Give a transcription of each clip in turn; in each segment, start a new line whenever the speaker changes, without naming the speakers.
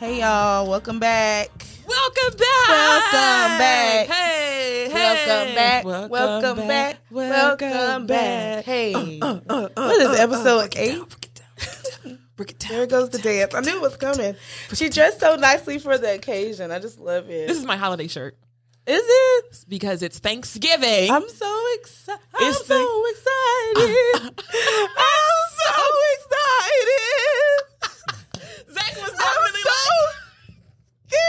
y'all. Welcome back.
Welcome back.
Welcome back.
Hey, hey.
Welcome back. Welcome, back. Welcome back. Uh, Hey. what is episode eight?
Break it down.
There goes the dance. I knew it was coming. She dressed so nicely for the occasion. I just love it.
This
Is
is my holiday shirt
it?
It's because it's Thanksgiving.
I'm so excited. I'm
It's the-
so excited. I'm so excited.
Zach
I'm
was definitely
so
like,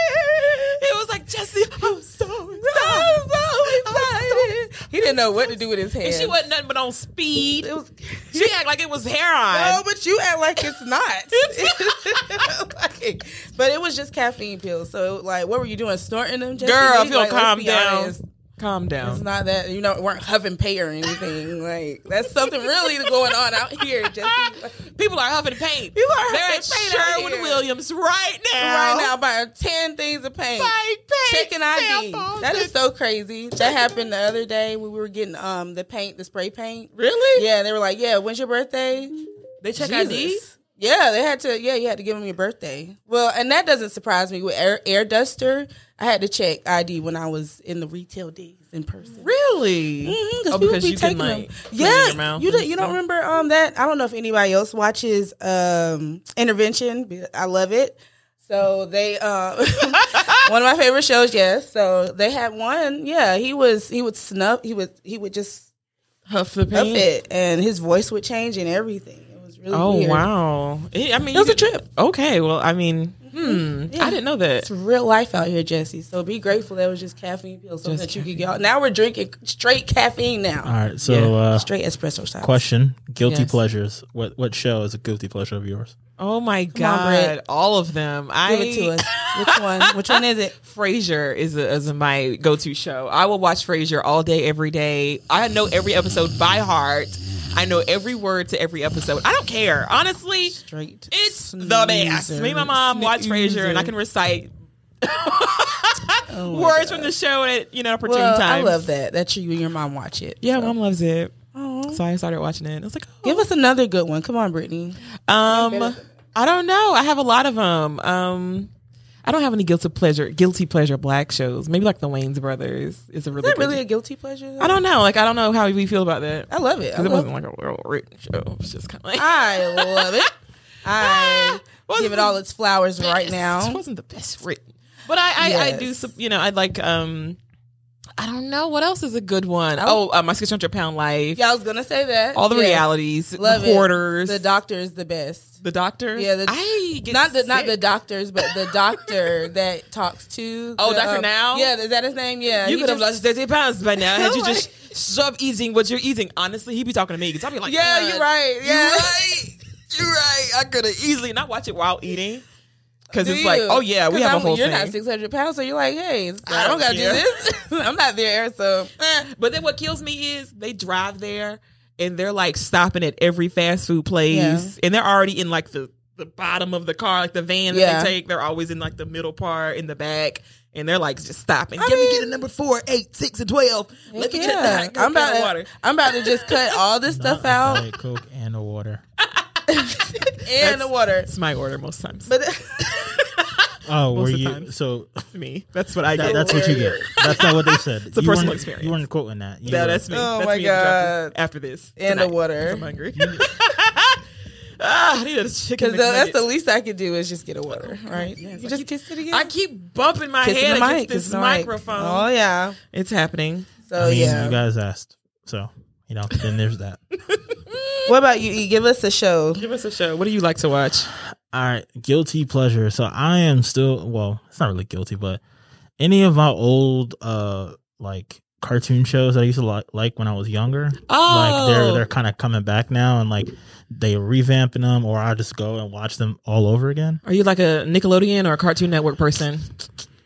he was like, Jesse, I'm so
I'm
excited.
so excited. He didn't know what to do with his
And
hands.
she wasn't nothing but on speed.
It was.
She act like it was hair on.
No, but you act like it's not. Like, but it was just caffeine pills. So, like, what were you doing? Snorting them? Jesse?
Girl, if you don't
Like, let's
calm
be
down.
honest,
Calm
It's
down.
not that you know weren't huffing pay or anything. Like that's something really going on out here, Jesse.
People are huffing paint.
People are
They're
huffing
at
paint out
Sherwin
here.
Williams right now.
Right now, buying ten things of paint.
Paint, paint,
Checking ID.
samples,
That is
and-
so crazy. That happened the other day when we were getting um the paint, the spray paint.
Really?
Yeah, they were like, "Yeah, when's your birthday?"
They check ID.
Mm-hmm. Jesus. Yeah, they had to. Yeah, you had to give them your birthday. Well, and that doesn't surprise me. With air, air duster, I had to check ID when I was in the retail days in person.
Really?
Mhm,
Oh,
people
because
be
you can,
taking
like,
them.
clean
Yeah,
your mouth
you
and
don't, you don't
stuff.
remember um that? I don't know if anybody else watches um Intervention. but I love it. So they uh, one of my favorite shows. Yes, so they had one. Yeah, he was he would snuff. He would he would just
Huff the
up
paint.
it, and his voice would change and everything. It was really
Oh
weird.
wow! It- I mean,
It was
you
a trip.
Okay, well, I mean, hmm,
Mm-hmm.
I didn't know that.
It's real life out here, Jesse. So be grateful that was just caffeine pills, so
Just
that you could get out. Now we're drinking straight caffeine now,
All right. So,
Yeah.
uh,
straight espresso shots.
question: guilty
Yes.
pleasures. What what show is a guilty pleasure of yours?
Oh my
on,
god!
Brit.
All of them. I
Give it to us. Which one? Which one is it?
Frasier is a, is my go to show. I will watch Frasier all day, every day. I know every episode by heart. I know every word to every episode. I don't care, honestly.
Straight.
It's the best. Me and my mom watch Frasier, and I can recite
Oh
words from the show at you know opportune
Well, I
times.
love that. That you and your mom watch it.
Yeah,
So.
mom loves it.
Aw.
So I started watching it. I was like, oh,
Give us another good one. Come on, Brittany.
Um, I don't know. I have a lot of them. Um, I don't have any guilty pleasure, guilty pleasure black shows. Maybe like the Wayne's Brothers is a really.
Is that
good-
really a Oh, guilty pleasure?
I don't know. Like I don't know how we feel about that
I love it. I
because it
love
wasn't
it.
like a real written show. It's just kind of like Ah,
I love it. I
Wasn't
give it
the
all its flowers right
best.
now.
It wasn't the best written, but I I, I do
Yes.
sup- you know I like um. I don't know what else is a good one. Oh,
Oh.
uh, my six hundred pound life.
Yeah, I was gonna say that.
all the
Yes.
realities,
Love
the
it.
quarters,
The doctor is the best.
the doctor.
Yeah, the-
I get
not the not the
sick.
doctors, but the doctor that talks to.
Oh,
the, um,
Dr. Now?
Yeah, is that his name? Yeah,
You
he
could have
just-
lost 30 pounds by now had you
Like-
just stop eating what you're eating. Honestly, he'd be talking to me because I'd be like,
Yeah,
"God,
you're right. Yeah,
You're right. You're right. I could have easily not watch it while eating because
Do
it's like,
you?
oh, yeah, we
'Cause
have
I'm-
a whole
You're
thing.
not 600 pounds, so you're like, hey,
I
I
don't
don't gotta
care.
do this. I'm not there, so eh.
But then what kills me is they drive there and they're like stopping at every fast food place
Yeah.
and they're already in like the, the bottom of the car, like the van that
Yeah.
they take. They're always in like the middle part in the back. And they're like just stopping.
I
Can we
mean-
get a number four, eight, six, and twelve? Let me get
yeah.
that.
I'm about
the
to,
water.
I'm about to just cut all this
Uh,
stuff out
Diet Coke and a water.
and the water.
It's my order most times.
But
Oh,
Most
were
of the
you?
time.
So
me. That's what I
that,
get.
that's what you get. That's not what they said. It's
a personal
You
experience.
weren't quoting that. You
No,
were-
that's me.
Oh
that's
my
me after-
God.
After this,
and
tonight,
the water.
'cause I'm hungry. ah, I need a chicken.
Because that's the
McNugget.
least I could do is just get a water, right? You just kiss it again.
I keep bumping my
Kissing
head
the
against
mic,
this
kissing the mic.
microphone.
Oh yeah.
It's happening.
So
I mean,
Oh, yeah.
You guys asked, so you know. Then there's that.
what about you? E? Give us a show.
Give us a show. What do you like to watch?
All right, guilty pleasure. So I am still well, it's not really guilty, but any of my old uh like cartoon shows that I used to like, like when I was younger. Like they're
Oh!
they're kind of coming back now and like they revamping them or I just go and watch them all over again.
Are you like a Nickelodeon or a Cartoon Network person?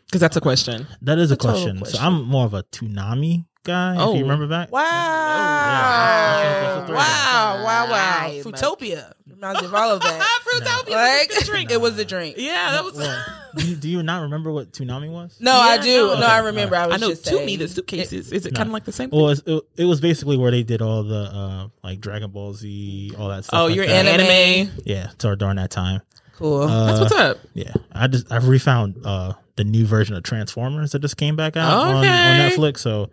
Because that's a question.
That is a,
total
question.
question.
So I'm more of a Toonami guy,
Oh.
if you remember back.
Wow.
yeah, that's- that's a- that's a
Wow, wow, wow.
throwback.
Futopia. Reminds me of all of that.
Fruitopia
like
was a drink.
it was a drink.
Yeah, that was.
Well, do, you, do you not remember what Toonami was?
No, I
Yeah,
do.
no.
No, I remember. I was
I know.
just
To me,
saying.
the suitcases. Is it kind of like the same?
Well, it's- it, it was basically where they did all the uh, like Dragon Ball Z, all that stuff.
oh,
like
you're
that.
in anime.
Anime.
Yeah, so during that time.
Cool.
That's
Uh,
what's up.
Yeah, I just I've refound uh the new version of Transformers that just came back out on, on
Okay.
Netflix. So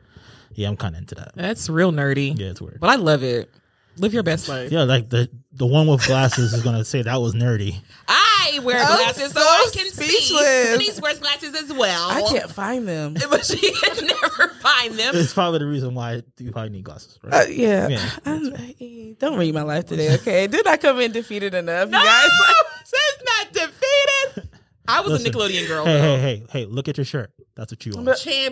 yeah, I'm kind of into that.
That's real nerdy.
Yeah, it's weird.
But I love it. Live your best life.
Yeah, like the the one with glasses is gonna say that was nerdy.
I wear
I'm
glasses
so
so, I can see.
speechless.
Denise wears glasses as well.
I can't find them.
But she can never find them.
It's probably the reason why you probably need glasses, right?
Uh, yeah.
Yeah,
I'm- eh, don't read my life today, okay? Did I come in defeated enough,
No,
you guys?
she's not defeated. I was
Listen.
a Nickelodeon girl.
hey,
though.
hey, hey, hey! Look at your shirt. That's what you want.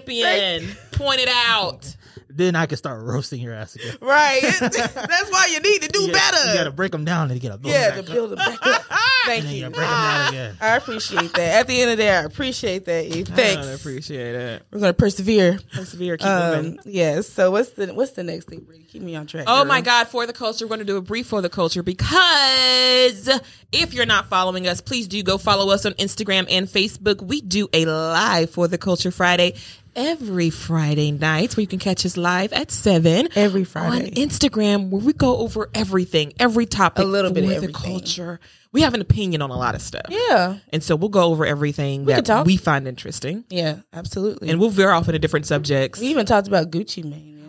Champion pointed out.
Then I can start roasting your ass again.
Right. That's why you need to do
You gotta-
better.
You gotta break them down and get a
yeah, to
back up,
build it back up. Thank
and then you
you.
gotta break them
Ah.
down again.
Uh,
I appreciate that. At the end of the day, I appreciate that. E. Thanks.
I appreciate it.
We're gonna persevere.
Persevere, keep
Um,
moving.
yes. So what's the what's the next thing, Brittany? Keep me on track.
Oh
girl.
my God, for the culture, we're going to do a brief for the culture because if you're not following us, please do go follow us on Instagram and Facebook. We do a live for the culture Friday every Friday night where you can catch us live at 7
Every
on
Friday.
Instagram where we go over everything, every topic,
A little bit of
for the
everything.
culture. We have an opinion on a lot of stuff.
Yeah.
And so we'll go over everything
can
that
talk.
we find interesting.
Yeah. Absolutely.
And we'll veer off into different subjects.
we even talked about Gucci Mane and,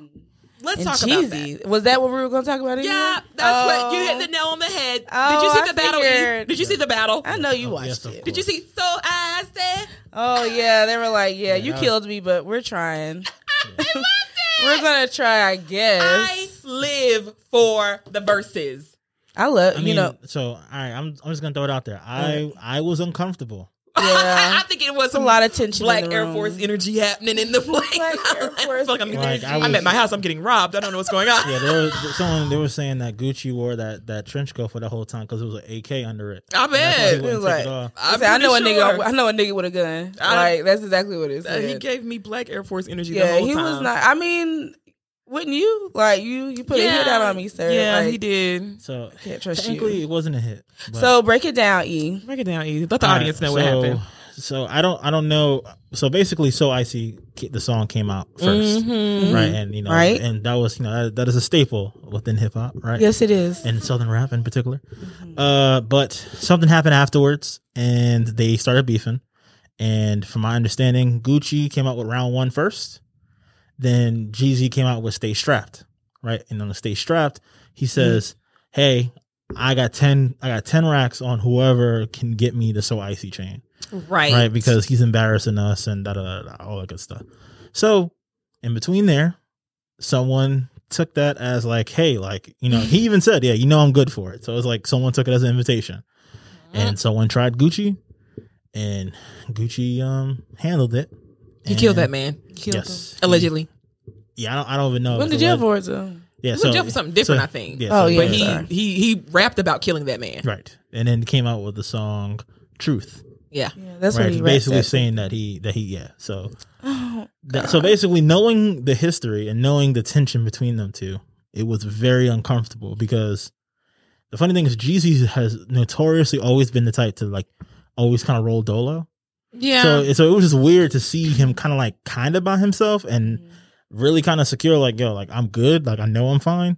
Let's
and
talk about that.
Cheesy. Was that what we were gonna talk about? anyway?
Yeah, that's what you
Oh.
hit the nail on the head.
Oh,
Did you see
I
the battle? E?
figured.
Did you see the battle?
I know you
Oh,
watched
yes, of
it.
course.
Did you see? So I said,
Oh yeah, they were like, yeah, you
Yeah.
killed me, but we're trying.
I loved it.
We're gonna try, I guess.
I
I,
live for the verses.
love
I
you
mean,
know.
so all right, I'm I'm just gonna throw it out there. I I was uncomfortable.
Yeah.
I think it was
It's a lot of tension. in
Black
the
Air
room.
Force energy happening in the place.
Black Air
I
Force
feel like I'm, getting,
Like, I
I'm
was-
at my house. I'm getting robbed. I don't know what's going on.
Yeah, there was someone they were saying that Gucci wore that that trench coat for the whole time because it was an AK under it.
I
That's
bet.
why
It
he
was
wouldn't
like,
take it off.
I,
I'm
said, I know a
pretty
nigga.
sure
I know a nigga with a gun.
I-
like that's exactly what it
that
said.
He gave me Black Air Force energy. the
yeah,
whole
he was
time.
not. I mean, wouldn't you? Like you, you put a hit out on me, sir.
Yeah,
Like,
he did.
So
Can't trust
technically,
you.
it wasn't a hit. but-
So break it down, E.
Break it down easy. Let the
All
audience
right,
know what
so-
happened.
So I don't I don't know. So basically, so icy ca- the song came out 1st
Mhm.
right? And you know,
Mm-hmm. Right.
and that was you know that, that is a staple within hip hop, right?
Yes, it is.
and southern rap in particular. Uh, but something happened afterwards, and they started beefing. And from my understanding, Gucci came out with round one first. Then Jeezy came out with "Stay Strapped," right? And on the "Stay Strapped," he says, "Hey, I got ten, I got ten racks on whoever can get me the so icy chain,
Right.
right? Because he's embarrassing us and da da da, da, all that good stuff." So, in between there, someone took that as like, hey, like, you know, he even said, yeah, you know, I'm good for it. So it's like someone took it as an invitation.
Uh-huh.
And someone tried Gucci and Gucci um handled it.
He killed that
And-
man.
Yes.
Mm.
Allegedly.
Yeah, I don't, I don't even know.
When
if
did
it's
you have words
alleged-
though?
Yeah,
He was
so-
in jail for something different,
so-
I think.
Yeah,
Oh,
so-
yeah.
But he,
Sorry.
he he rapped about killing that man.
right. And then came out with the song Truth.
Yeah.
Yeah, that's
right.
what he
He's
rapped
basically
at.
saying that he that he yeah. So
Oh,
that, so basically knowing the history and knowing the tension between them two it was very uncomfortable because the funny thing is jeezy has notoriously always been the type to like always kind of roll dolo
Yeah.
so so it was just weird to see him kind of like kind of by himself and really kind of secure like yo like i'm good like i know i'm fine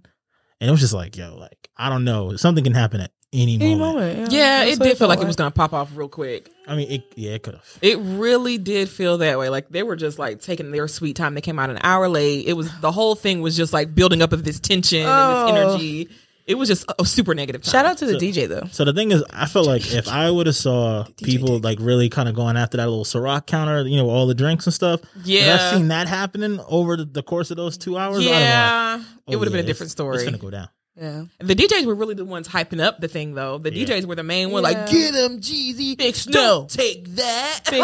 and it was just like yo like i don't know something can happen at any,
any
moment.
moment.
yeah,
Uh, That's
it
what
did feel
felt
like it was gonna pop off real quick.
i mean it yeah it could have
It really did feel that way. Like they were just like taking their sweet time. They came out an hour late. It was the whole thing was just like building up of this tension and
Oh.
this energy. It was just a, a super negative time.
Shout out to the
So-
DJ though.
So the thing is, I felt like if I would have saw people like really kind of going after that little Ciroc counter, you know, all the drinks and stuff. if
Yeah.
I've seen that happening over the, the course of those two hours. I'd have like,
Yeah.
oh,
it would have
yeah,
been a different
it's-
story.
It's gonna go down.
Yeah.
The DJs were really the ones hyping up the thing, though. The
Yeah.
DJs were the main one,
Yeah.
like, get him, Jeezy.
Fix
Don't
no.
take that.
Fix-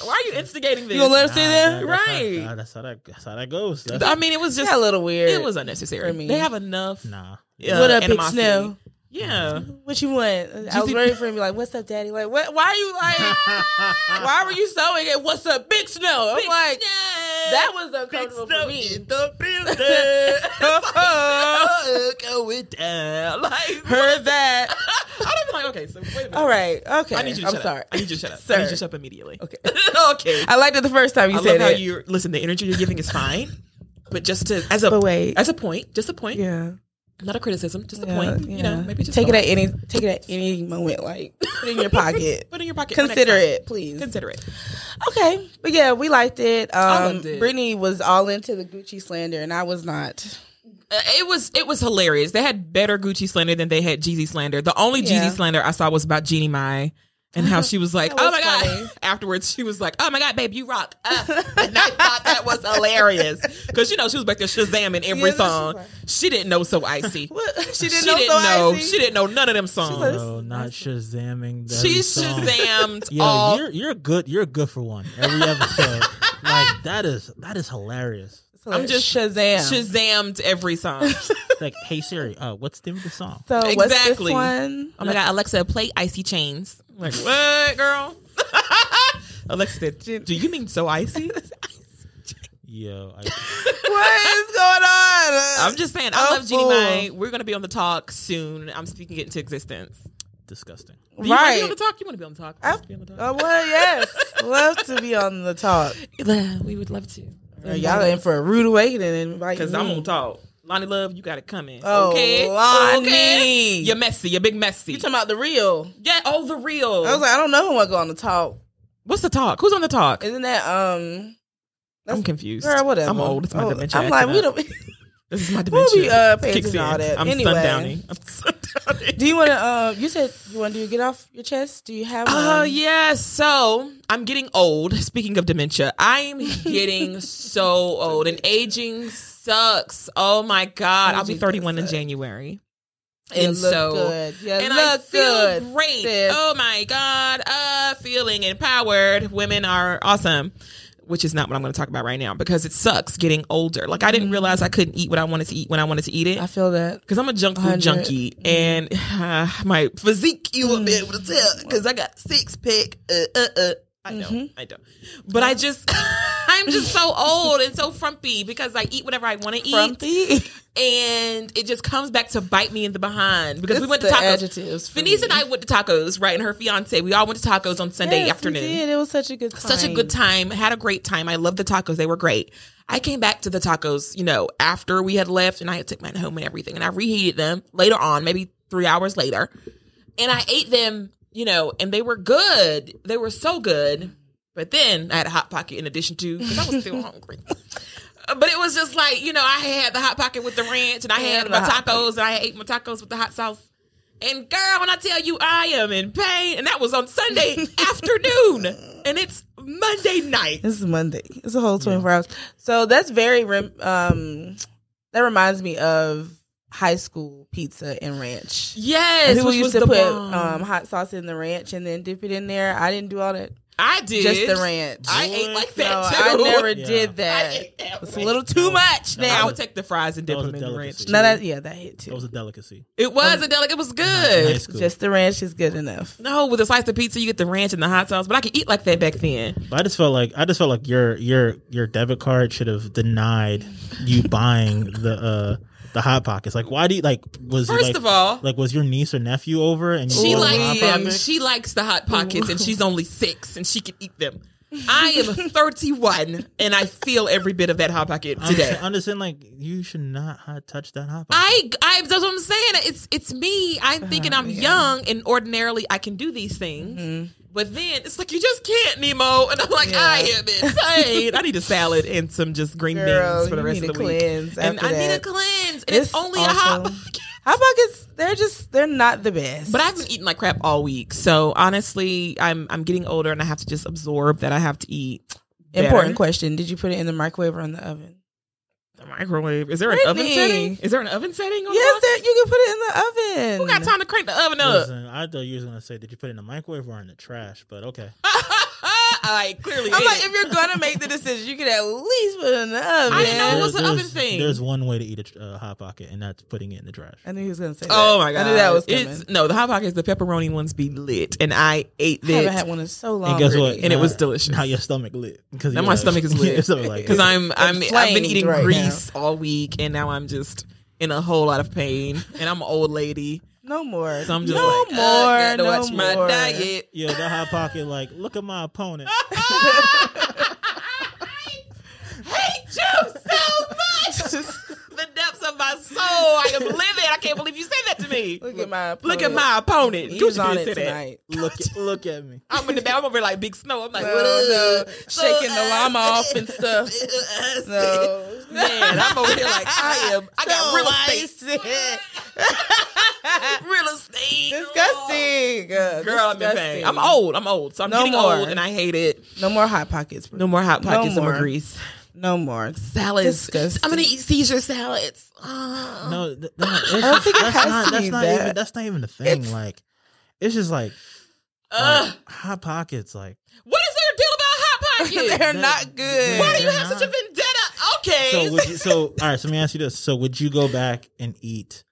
like, why are you instigating this?
You gonna let him stay
Nah,
there?
nah, that's how-
Right.
nah, that's how that. That's how that goes. That's,
I mean, it was just,
That a little weird.
it was unnecessary.
for me.
They have enough.
nah.
uh,
what up, Big
animosity.
Snow?
Yeah.
What you want? I was
Jeezy-
ready for him to be like, "What's up, Daddy?" Like, what? Why are you like? why were you sewing it? What's up, Big Snow? I'm like, that was uncomfortable for me.
the building. Going down. Like,
Heard that?
I'd have been like, okay, so wait a minute.
All right, okay.
I need you to
I'm
shut
sorry.
up. I need you to shut up. I
Sir.
need you to shut up immediately.
Okay.
okay.
I liked it the first time you
I
said
love how
it.
you listen. The energy you're giving is fine, but just to as a
But wait.
as a point, just a point.
yeah.
Not a criticism, just a
Yeah,
point. You know,
yeah.
maybe just
take it
a-
at any take it at any moment. Like put it in your pocket.
Put it in your pocket. for next
Consider
time.
it, please.
Consider it.
Okay, but yeah, we liked it. Um,
loved it.
Brittany was all into the Gucci slander, and I was not.
Uh, It was it was hilarious. They had better Gucci slander than they had Jeezy slander. The only
Yeah.
Jeezy slander I saw was about Jeannie Mai and how she was like,
That
"Oh
was
my
funny.
god!" Afterwards, she was like, "Oh my god, babe, you rock!" Uh, and I thought that was hilarious because you know she was back there shazamming every
Yeah, that's
song.
right.
She didn't know so icy.
What? She
she
didn't
didn't
know. so
know.
icy?
She didn't know none of them songs.
like,
Oh, No, not Shazamming. that
She
song.
shazammed
Yeah,
all.
you're you're good. You're good for one every episode. like that is that is hilarious.
So I'm
just-
just Shazam.
Shazammed every song.
It's like, hey Siri, uh, what's the name of the song?
so what's this
Exactly.
one?
Oh my god, Alexa, play Icy Chains. I'm like, what, girl? Alexa, said, do you mean so icy?
Yo, I,
what is going on?
I'm just saying, I
A
love Jeannie
fool.
Mae. We're gonna be on the talk soon. I'm speaking it into existence.
disgusting.
Do you wanna be
right.
on the talk? You want to be on the talk?
I-
Let's be on the
Oh
talk.
well, yes. Love to be on the talk.
Yeah, we would love to.
Y'all in for a rude awakening. mm. Invite
Because I'm on talk. Lonnie Love, you gotta come in.
Oh,
okay,
Lonnie.
Okay? You're messy. You're big messy.
You talking about the real?
yeah, all the real.
I was like, I don't know who want to go on the talk.
What's the talk? Who's on the talk?
Isn't that um?
I'm
that's-
confused.
Girl, whatever.
I'm old. It's my
Oh,
dementia.
I'm like,
acting
we
up.
don't.
This is my
We'll
dementia.
be uh, paying
Kicks
attention to all
in.
that.
I'm
anyway,
sundowning. I'm sundowning.
do you want to? Uh, you said you want to get off your chest. Do you have?
Oh
one?
yeah, so I'm getting old. Speaking of dementia, I'm getting so old, and aging sucks. Oh my god, I'll be
Aging does
31 in
suck.
January,
You
and
look
so
good. You
and
look
I feel
good,
great.
sis.
Oh my god, uh, feeling empowered. Women are awesome. Which is not what I'm going to talk about right now because it sucks getting older. Like I didn't realize I couldn't eat what I wanted to eat when I wanted to eat it
Mm-hmm. I feel that.
because I'm a junk food
100.
junkie
Mm-hmm.
and uh, my physique you will be able to tell because I got six pack. Uh, uh, uh. I know,
Mm-hmm.
I know, but I just I'm just so old and so frumpy because I eat whatever I want to eat
Frumpy.
and it just comes back to bite me in the behind because we
It's
went to
the
tacos.
adjectives for
Denise
me.
and I went to tacos, right? And her fiance, we all went to tacos on Sunday
Yes, we
afternoon
did. It was such a good time.
such a good time. Had a great time. I loved the tacos. They were great. I came back to the tacos, you know, after we had left and I had took mine home and everything. And I reheated them later on, maybe three hours later. And I ate them, you know, and they were good. They were so good. But then I had a Hot Pocket in addition to, because I was still hungry. Uh, But it was just like, you know, I had the Hot Pocket with the ranch and I had
And
my
the Hot
tacos and I ate my tacos with the hot sauce. And girl, when I tell you I am in pain, and that was on Sunday afternoon, and it's Monday night.
This is Monday. It's a whole 24 hours. So that's very rem- um that reminds me of high school pizza and ranch.
Yes,
People
which
used
was
to
the
put
bomb.
um, hot sauce in the ranch and then dip it in there. I didn't do all that.
I did
Just the ranch.
I ate like
no,
that
I
too.
never
Yeah.
did
I
that.
ate that
It's a
way.
little too much
No,
I
now.
would take the fries and dip
That was
them
a
in the ranch.
delicacy.
No, that yeah, that hit
That was
too.
a delicacy.
It
Um,
was a delic. It was good.
Nice school.
Just the ranch is good enough.
No, with a slice of pizza, you get the ranch and the hot sauce. But I could eat like that back then.
But I just felt like I just felt like your your your debit card should have denied you buying the uh the hot pockets. Like why do you like was
First
like,
of all-
like was your niece or nephew over and you
She
ordered
likes
Hot
likes them.
Pockets?
She likes the hot pockets, and she's only six, and she can eat them. I am 31, and I feel every bit of that hot pocket
I'm
today.
just- I'm just saying like you should not hot touch that hot pocket.
I, I that's what I'm saying. It's it's me. I'm thinking
Oh,
I'm young and ordinarily I can do these things.
Mm-hmm.
But then it's like you just can't, Nemo. And I'm like,
Yeah.
I am insane. I need a salad and some just green
Girl,
beans for the
you
rest
need
of
a
the week.
cleanse
And
after
I need a
that.
cleanse. And it's
It's
only a hot
awful.
pocket.
Hot pockets, they're just they're not the best.
But I've been eating like crap all week. So honestly, I'm I'm getting older and I have to just absorb that I have to eat. better.
important question. Did you put it in the microwave or in the oven?
The microwave. Is there an oven
Brittany.
setting? Is there an oven setting on
Yes,
the
that you can put it in the oven.
Who got time to crank the oven up?
Listen, I thought you was gonna say did you put it in the microwave or in the trash? But okay,
I clearly
I'm
ate
like,
it.
if you're gonna make the decision, you can at least put it in the oven.
I didn't know it
There-
was the
there's-
oven thing.
There's one way to eat a tr- uh, hot pocket, and that's putting it in the trash.
I knew he was gonna say. that.
Oh my god!
I knew that was coming.
It's, no, the hot pockets, the pepperoni ones, be lit, and I ate
I haven't
that
had one in so long.
And guess what?
already.
And it
Now-
was delicious.
Now your stomach lit because
Now my stomach is lit. because I'm I'm I've been
inflamed
eating
right
grease all week, and now I'm just in a whole lot of pain, and I'm an old lady,
no more.
so I'm just
no
like,
more.
I gotta
no
watch
more.
my diet.
Yo, that hot pocket, like, look at my opponent.
I hate you so much. the depths of of my soul. I am livid. I can't believe you said that to me.
Look at my
Look at my opponent.
He
Gucci
was on
did
it
say that.
tonight.
Look, look at me.
I'm in the back. I'm over like big snow. I'm like,
No,
"Ugh."
no, shaking the llama off and stuff. No.
Man, I'm over here like I am. I got
No,
real
I
estate.
said-
Real estate.
Disgusting. Uh,
Girl, I'm in
disgusting.
pain. I'm old. I'm old. So I'm
No
getting
more.
old, and I hate it.
No more hot pockets.
No more hot
No
pockets. No more
more.
grease.
No more.
Salads.
Disgusting.
I'm gonna eat seizure salads. Ah.
No, th- th- no, it's
don't
just-
think it has
that's
to
not that's
be
not
that.
even that's not even the thing.
It's-
like, it's just like,
Ugh.
like, hot pockets. Like,
what is their deal about hot pockets?
They're
That-
not good.
Why do you
They're
have such a
not.
vendetta? Okay.
so would you, so all right. So let me ask you this: So would you go back and eat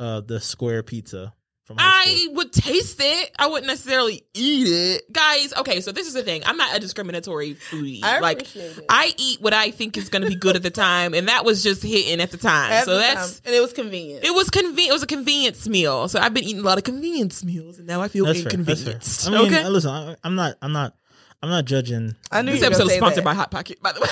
uh the square pizza from high school?
I would taste it. I wouldn't necessarily eat it. Guys, okay, so this is the thing. I'm not a discriminatory foodie.
I
like
appreciate it.
I eat what I think is going to be good at the time, and that was just hitting at the time.
At
so
the
that's
time. and it was convenient.
it was conven- it was a convenience meal. So I've been eating a lot of convenience meals, and now I feel
That's fair. That's fair.
inconvenienced.
I mean,
okay.
uh, listen, I, I'm not, I'm not, I'm not judging.
I knew
This
you were
episode
gonna
is
say
sponsored
that.
by Hot Pocket, by the way.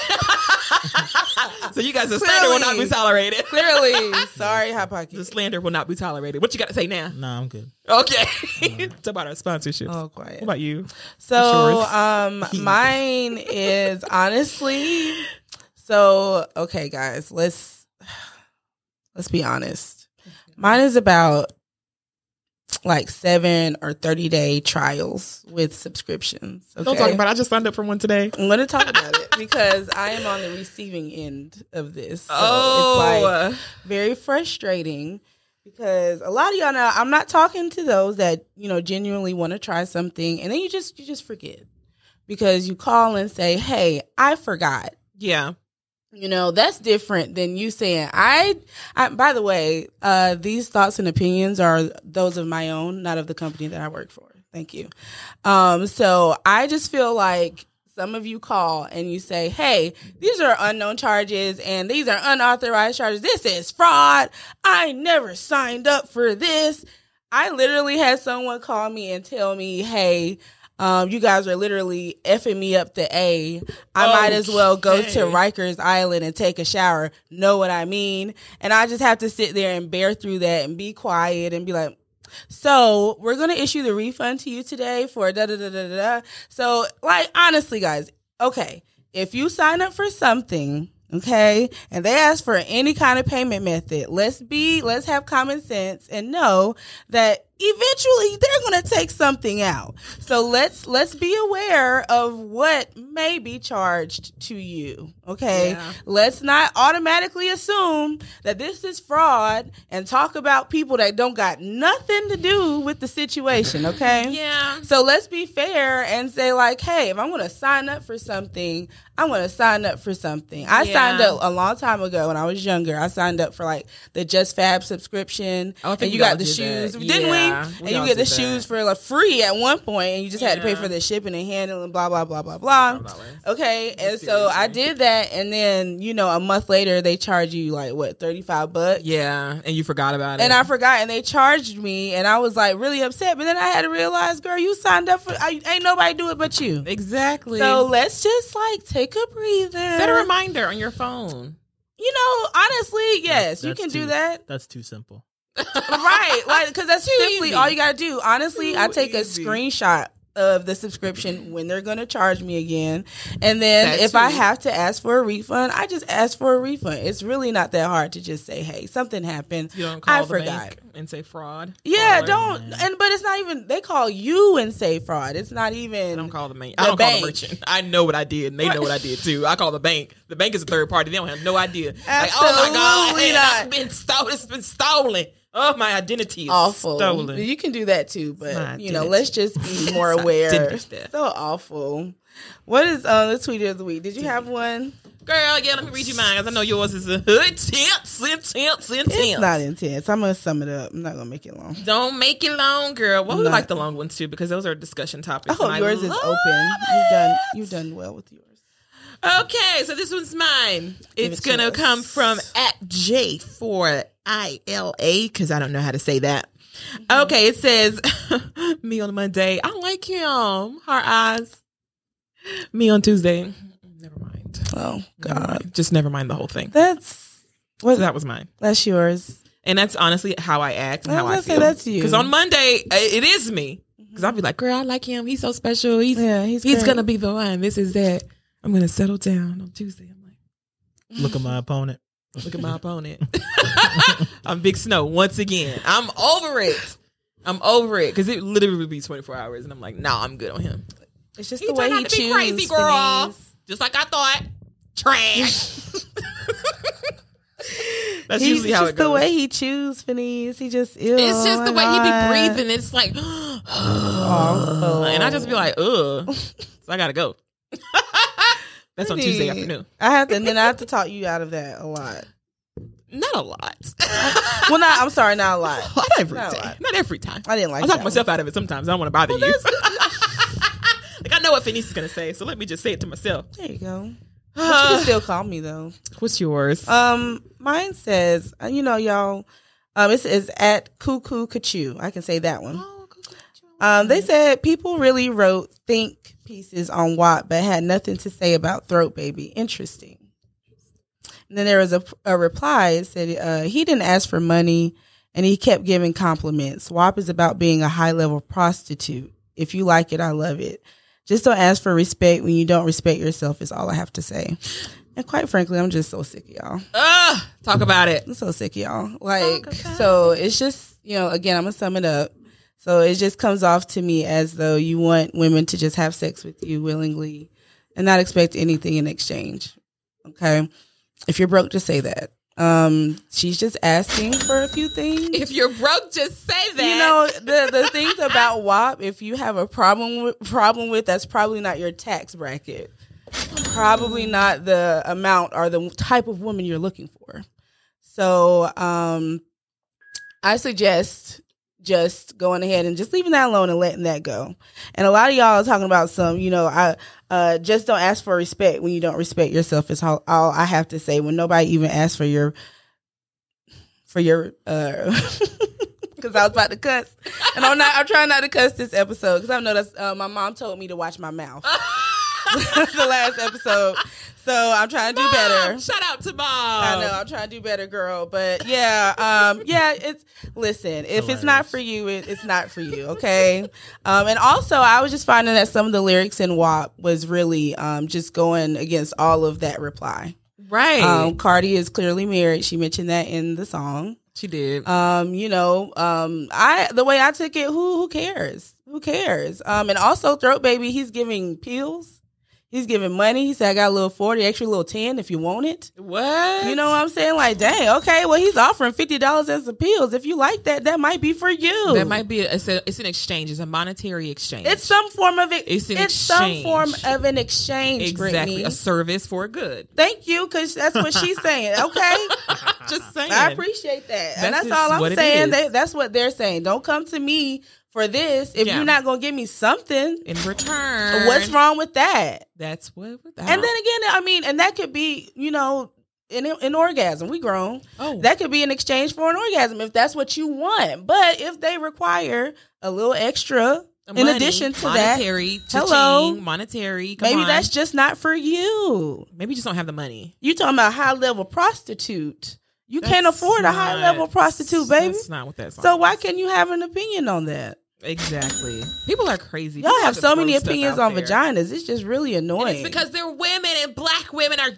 so you guys, the slander will not be
Clearly.
tolerated.
Clearly, sorry, hot pockets.
The slander will not be tolerated. What you got to say now?
Nah, I'm good.
Okay. Talk about our sponsorships.
Oh, quiet.
What about you?
So,
yours?
um, mine is honestly. So, okay, guys, let's let's be honest. Mine is about like seven or thirty day trials with subscriptions. Okay?
Don't talk about it. I just signed up for one today.
I'm going to talk about it because I am on the receiving end of this. So it's like
oh,
very frustrating because a lot of y'all know I'm not talking to those that you know genuinely want to try something and then you just you just forget because you call and say, "Hey, I forgot."
yeah.
You know, that's different than you saying, "I." I by the way, uh, these thoughts and opinions are those of my own, not of the company that I work for. Thank you. Um, so I just feel like some of you call and you say, "Hey, these are unknown charges and these are unauthorized charges. This is fraud. I never signed up for this." I literally had someone call me and tell me, "Hey, um, you guys are literally effing me up the A. I might as well go to
Okay.
Rikers Island and take a shower." Know what I mean? And I just have to sit there and bear through that and be quiet and be like, so we're gonna issue the refund to you today for da da da da da. da. So like honestly, guys, okay, if you sign up for something, okay, and they ask for any kind of payment method, let's be let's have common sense and know that eventually they're gonna take something out. So let's let's be aware of what may be charged to you. Okay.
Yeah.
Let's not automatically assume that this is fraud and talk about people that don't got nothing to do with the situation, okay?
Yeah.
So let's be fair and say like, hey, if I'm gonna sign up for something, I'm gonna sign up for something. I
Yeah.
signed up a long time ago when I was younger. I signed up for like the Just Fab subscription,
I don't
and
think
you
we
got
all
the
did
shoes,
that.
didn't
Yeah,
we?
we
and
all
you get the
did that.
shoes for like free at one point, and you just had to pay
Yeah.
for the shipping and handling, blah blah blah blah blah.
$5.
Okay, and so I did that, and then you know a month later they charge you like what thirty five bucks.
Yeah. And you forgot about it.
And I forgot, and they charged me, and I was like really upset. But then I had to realize, girl, you signed up for. I, ain't nobody do it but you.
Exactly.
So let's just like take a breather.
set a reminder on your phone.
You know, honestly, yes, you
That's
can do
too-
that.
That's too simple.
right like because that's simply
easy.
all you gotta do honestly i
Too
take
easy.
a screenshot of the subscription when they're gonna charge me again and then
That
if i
too.
have to ask for a refund i just ask for a refund it's really not that hard to just say hey something happened
You don't call
i
the
forgot
bank and say fraud.
yeah
Or
don't and but it's not even they call you and say fraud it's not even
Don't call the bank.
The
I don't
bank.
call the merchant. I know what I did, and they know what I did too. I call the bank. The bank is a third party. They don't have no idea. Like, oh my god,
Absolutely
man, I've
not.
been stolen. It's been stolen. Oh, my identity is
awful.
stolen.
You can do that too,
my
but you know,
identity.
let's just be more
It's my
aware.
identity.
So awful. What is uh, the tweet of the week? Did you have one?
Girl, yeah, let me read you mine because I know yours is a hood tense, intense,
It's
intense.
not intense. I'm gonna sum it up. I'm not gonna make it long.
Don't make it long, girl. Well, we
Not-
like the long ones too because those are discussion
I
topics.
hope
and
yours is
love
open. You've done you've done well with yours.
Okay, so this one's mine. It's
it to
gonna
us.
come from at J for I L A because I don't know how to say that.
Mm-hmm.
Okay, it says me on Monday. I like him. Her eyes. Me on Tuesday. Never mind.
Oh
Never
God.
Oh, mind. Just never mind the whole thing.
That's
So
What,
that was mine.
that's yours.
And that's honestly how I act and
I
how
was
I
gonna say,
feel.
that's you. Mm-hmm.
Because on Monday, I- it is me. Because I'll be like, girl, I like him. He's so special. He's
Yeah, he's
he's
great.
gonna be the one. This is that. I'm gonna settle down on Tuesday. I'm like,
Look at my opponent.
look at my opponent. I'm Big Snow once again. I'm over it. I'm over it because it literally would be 24 hours, and I'm like, nah, I'm good on him.
It's just
He
the way
turned
he
out to be
chooses.
crazy, girl. Just like I thought. Trash. That's
He's
usually how
just
it goes.
the way he chews, Phineas. He just ew,
it's
oh
just the
my
way he be
God.
breathing. It's like,
Awful.
Uh, and I just be like, ugh. So I gotta go. That's on Tuesday
Really?
afternoon.
I have to, and then I have to talk you out of that a lot.
Not a lot.
Well, not. I'm sorry, not a lot.
not every
Not a
day.
lot.
Not every time.
I didn't like.
I'll talk
that
myself out of it sometimes. I don't want to bother you. like I know what Phineas is gonna say, so let me just say it to myself.
One. There you go. But you can still call me though.
What's yours?
Um, mine says, uh, you know, y'all. Um, it's, it's at Cuckoo Cachoo. I can say that one.
Oh,
Um, they said people really wrote think pieces on Watt, but had nothing to say about Throat Baby. Interesting. And then there was a, a reply that said uh, he didn't ask for money, and he kept giving compliments. WAP is about being a high level prostitute. If you like it, I love it. Just don't ask for respect when you don't respect yourself. Is all I have to say. And quite frankly, I'm just so sick of y'all.
Ugh, talk about it.
I'm so sick, y'all. Like, so it's just, you know, again, I'm gonna sum it up. So it just comes off to me as though you want women to just have sex with you willingly and not expect anything in exchange. Okay. If you're broke, just say that. Um, she's just asking for a few things.
If you're broke, just say that.
You know the the things about WAP. If you have a problem with, problem with, that's probably not your tax bracket. Probably not the amount or the type of woman you're looking for. So, um, I suggest just going ahead and just leaving that alone and letting that go. And a lot of y'all are talking about some, you know, I uh, just don't ask for respect when you don't respect yourself. Is all, all I have to say. When nobody even asks for your for your uh because I was about to cuss, and I'm not. I'm trying not to cuss this episode because I know that's uh, my mom told me to watch my mouth the last episode. So I'm trying to do better.
Mom, Ah, Shout out to mom.
I
Um,
know I'm trying to do better, girl. But yeah, um, yeah. It's listen. If it's not for you, it, it's not for you. Okay. um, and also, I was just finding that some of the lyrics in WAP was really um, just going against all of that reply.
Right.
Um, Cardi is clearly married. She mentioned that in the song.
she did. Uh,
Um, you know, um, I the way I took it, who who cares? Who cares? Um, and also Throat Baby, he's giving pills. He's giving money. He said, "I got a little forty, extra little ten if you want it."
what?
You know what I'm saying? Like, dang, okay, well, he's offering fifty dollars as a pills. If you like that, that might be for you.
that might be a, it's, a, it's an exchange. It's a monetary exchange.
It's some form of it.
It's
It's,
an
some
exchange.
form of an exchange,
exactly
Brittany.
a service for a good.
Thank you, because that's what she's saying. Okay.
Just saying.
I appreciate that. and
That's
that's
just
all
what
I'm
it
saying.
is.
They, that's what they're saying. Don't come to me for this if
Yeah.
you're not going to give me something.
In return,
What's wrong with that?
That's what. what
And then again, I mean, and that could be, you know, an, an orgasm. We grown.
oh,
That could be in exchange for an orgasm if that's what you want. But if they require a little extra in
money,
addition to that,
monetary,
hello.
cha-ching, monetary. Come
maybe
on.
that's just not for you.
maybe you just don't have the money.
You talking about high level prostitute. You can't
That's
afford a high
not-
level prostitute, baby.
That's not what that's.
So why can you have an opinion on that?
exactly? People are crazy.
Y'all
People
have so
throw
many
stuff
opinions
out
on
there.
vaginas. It's just really
And
annoying.
It's because they're women and black women are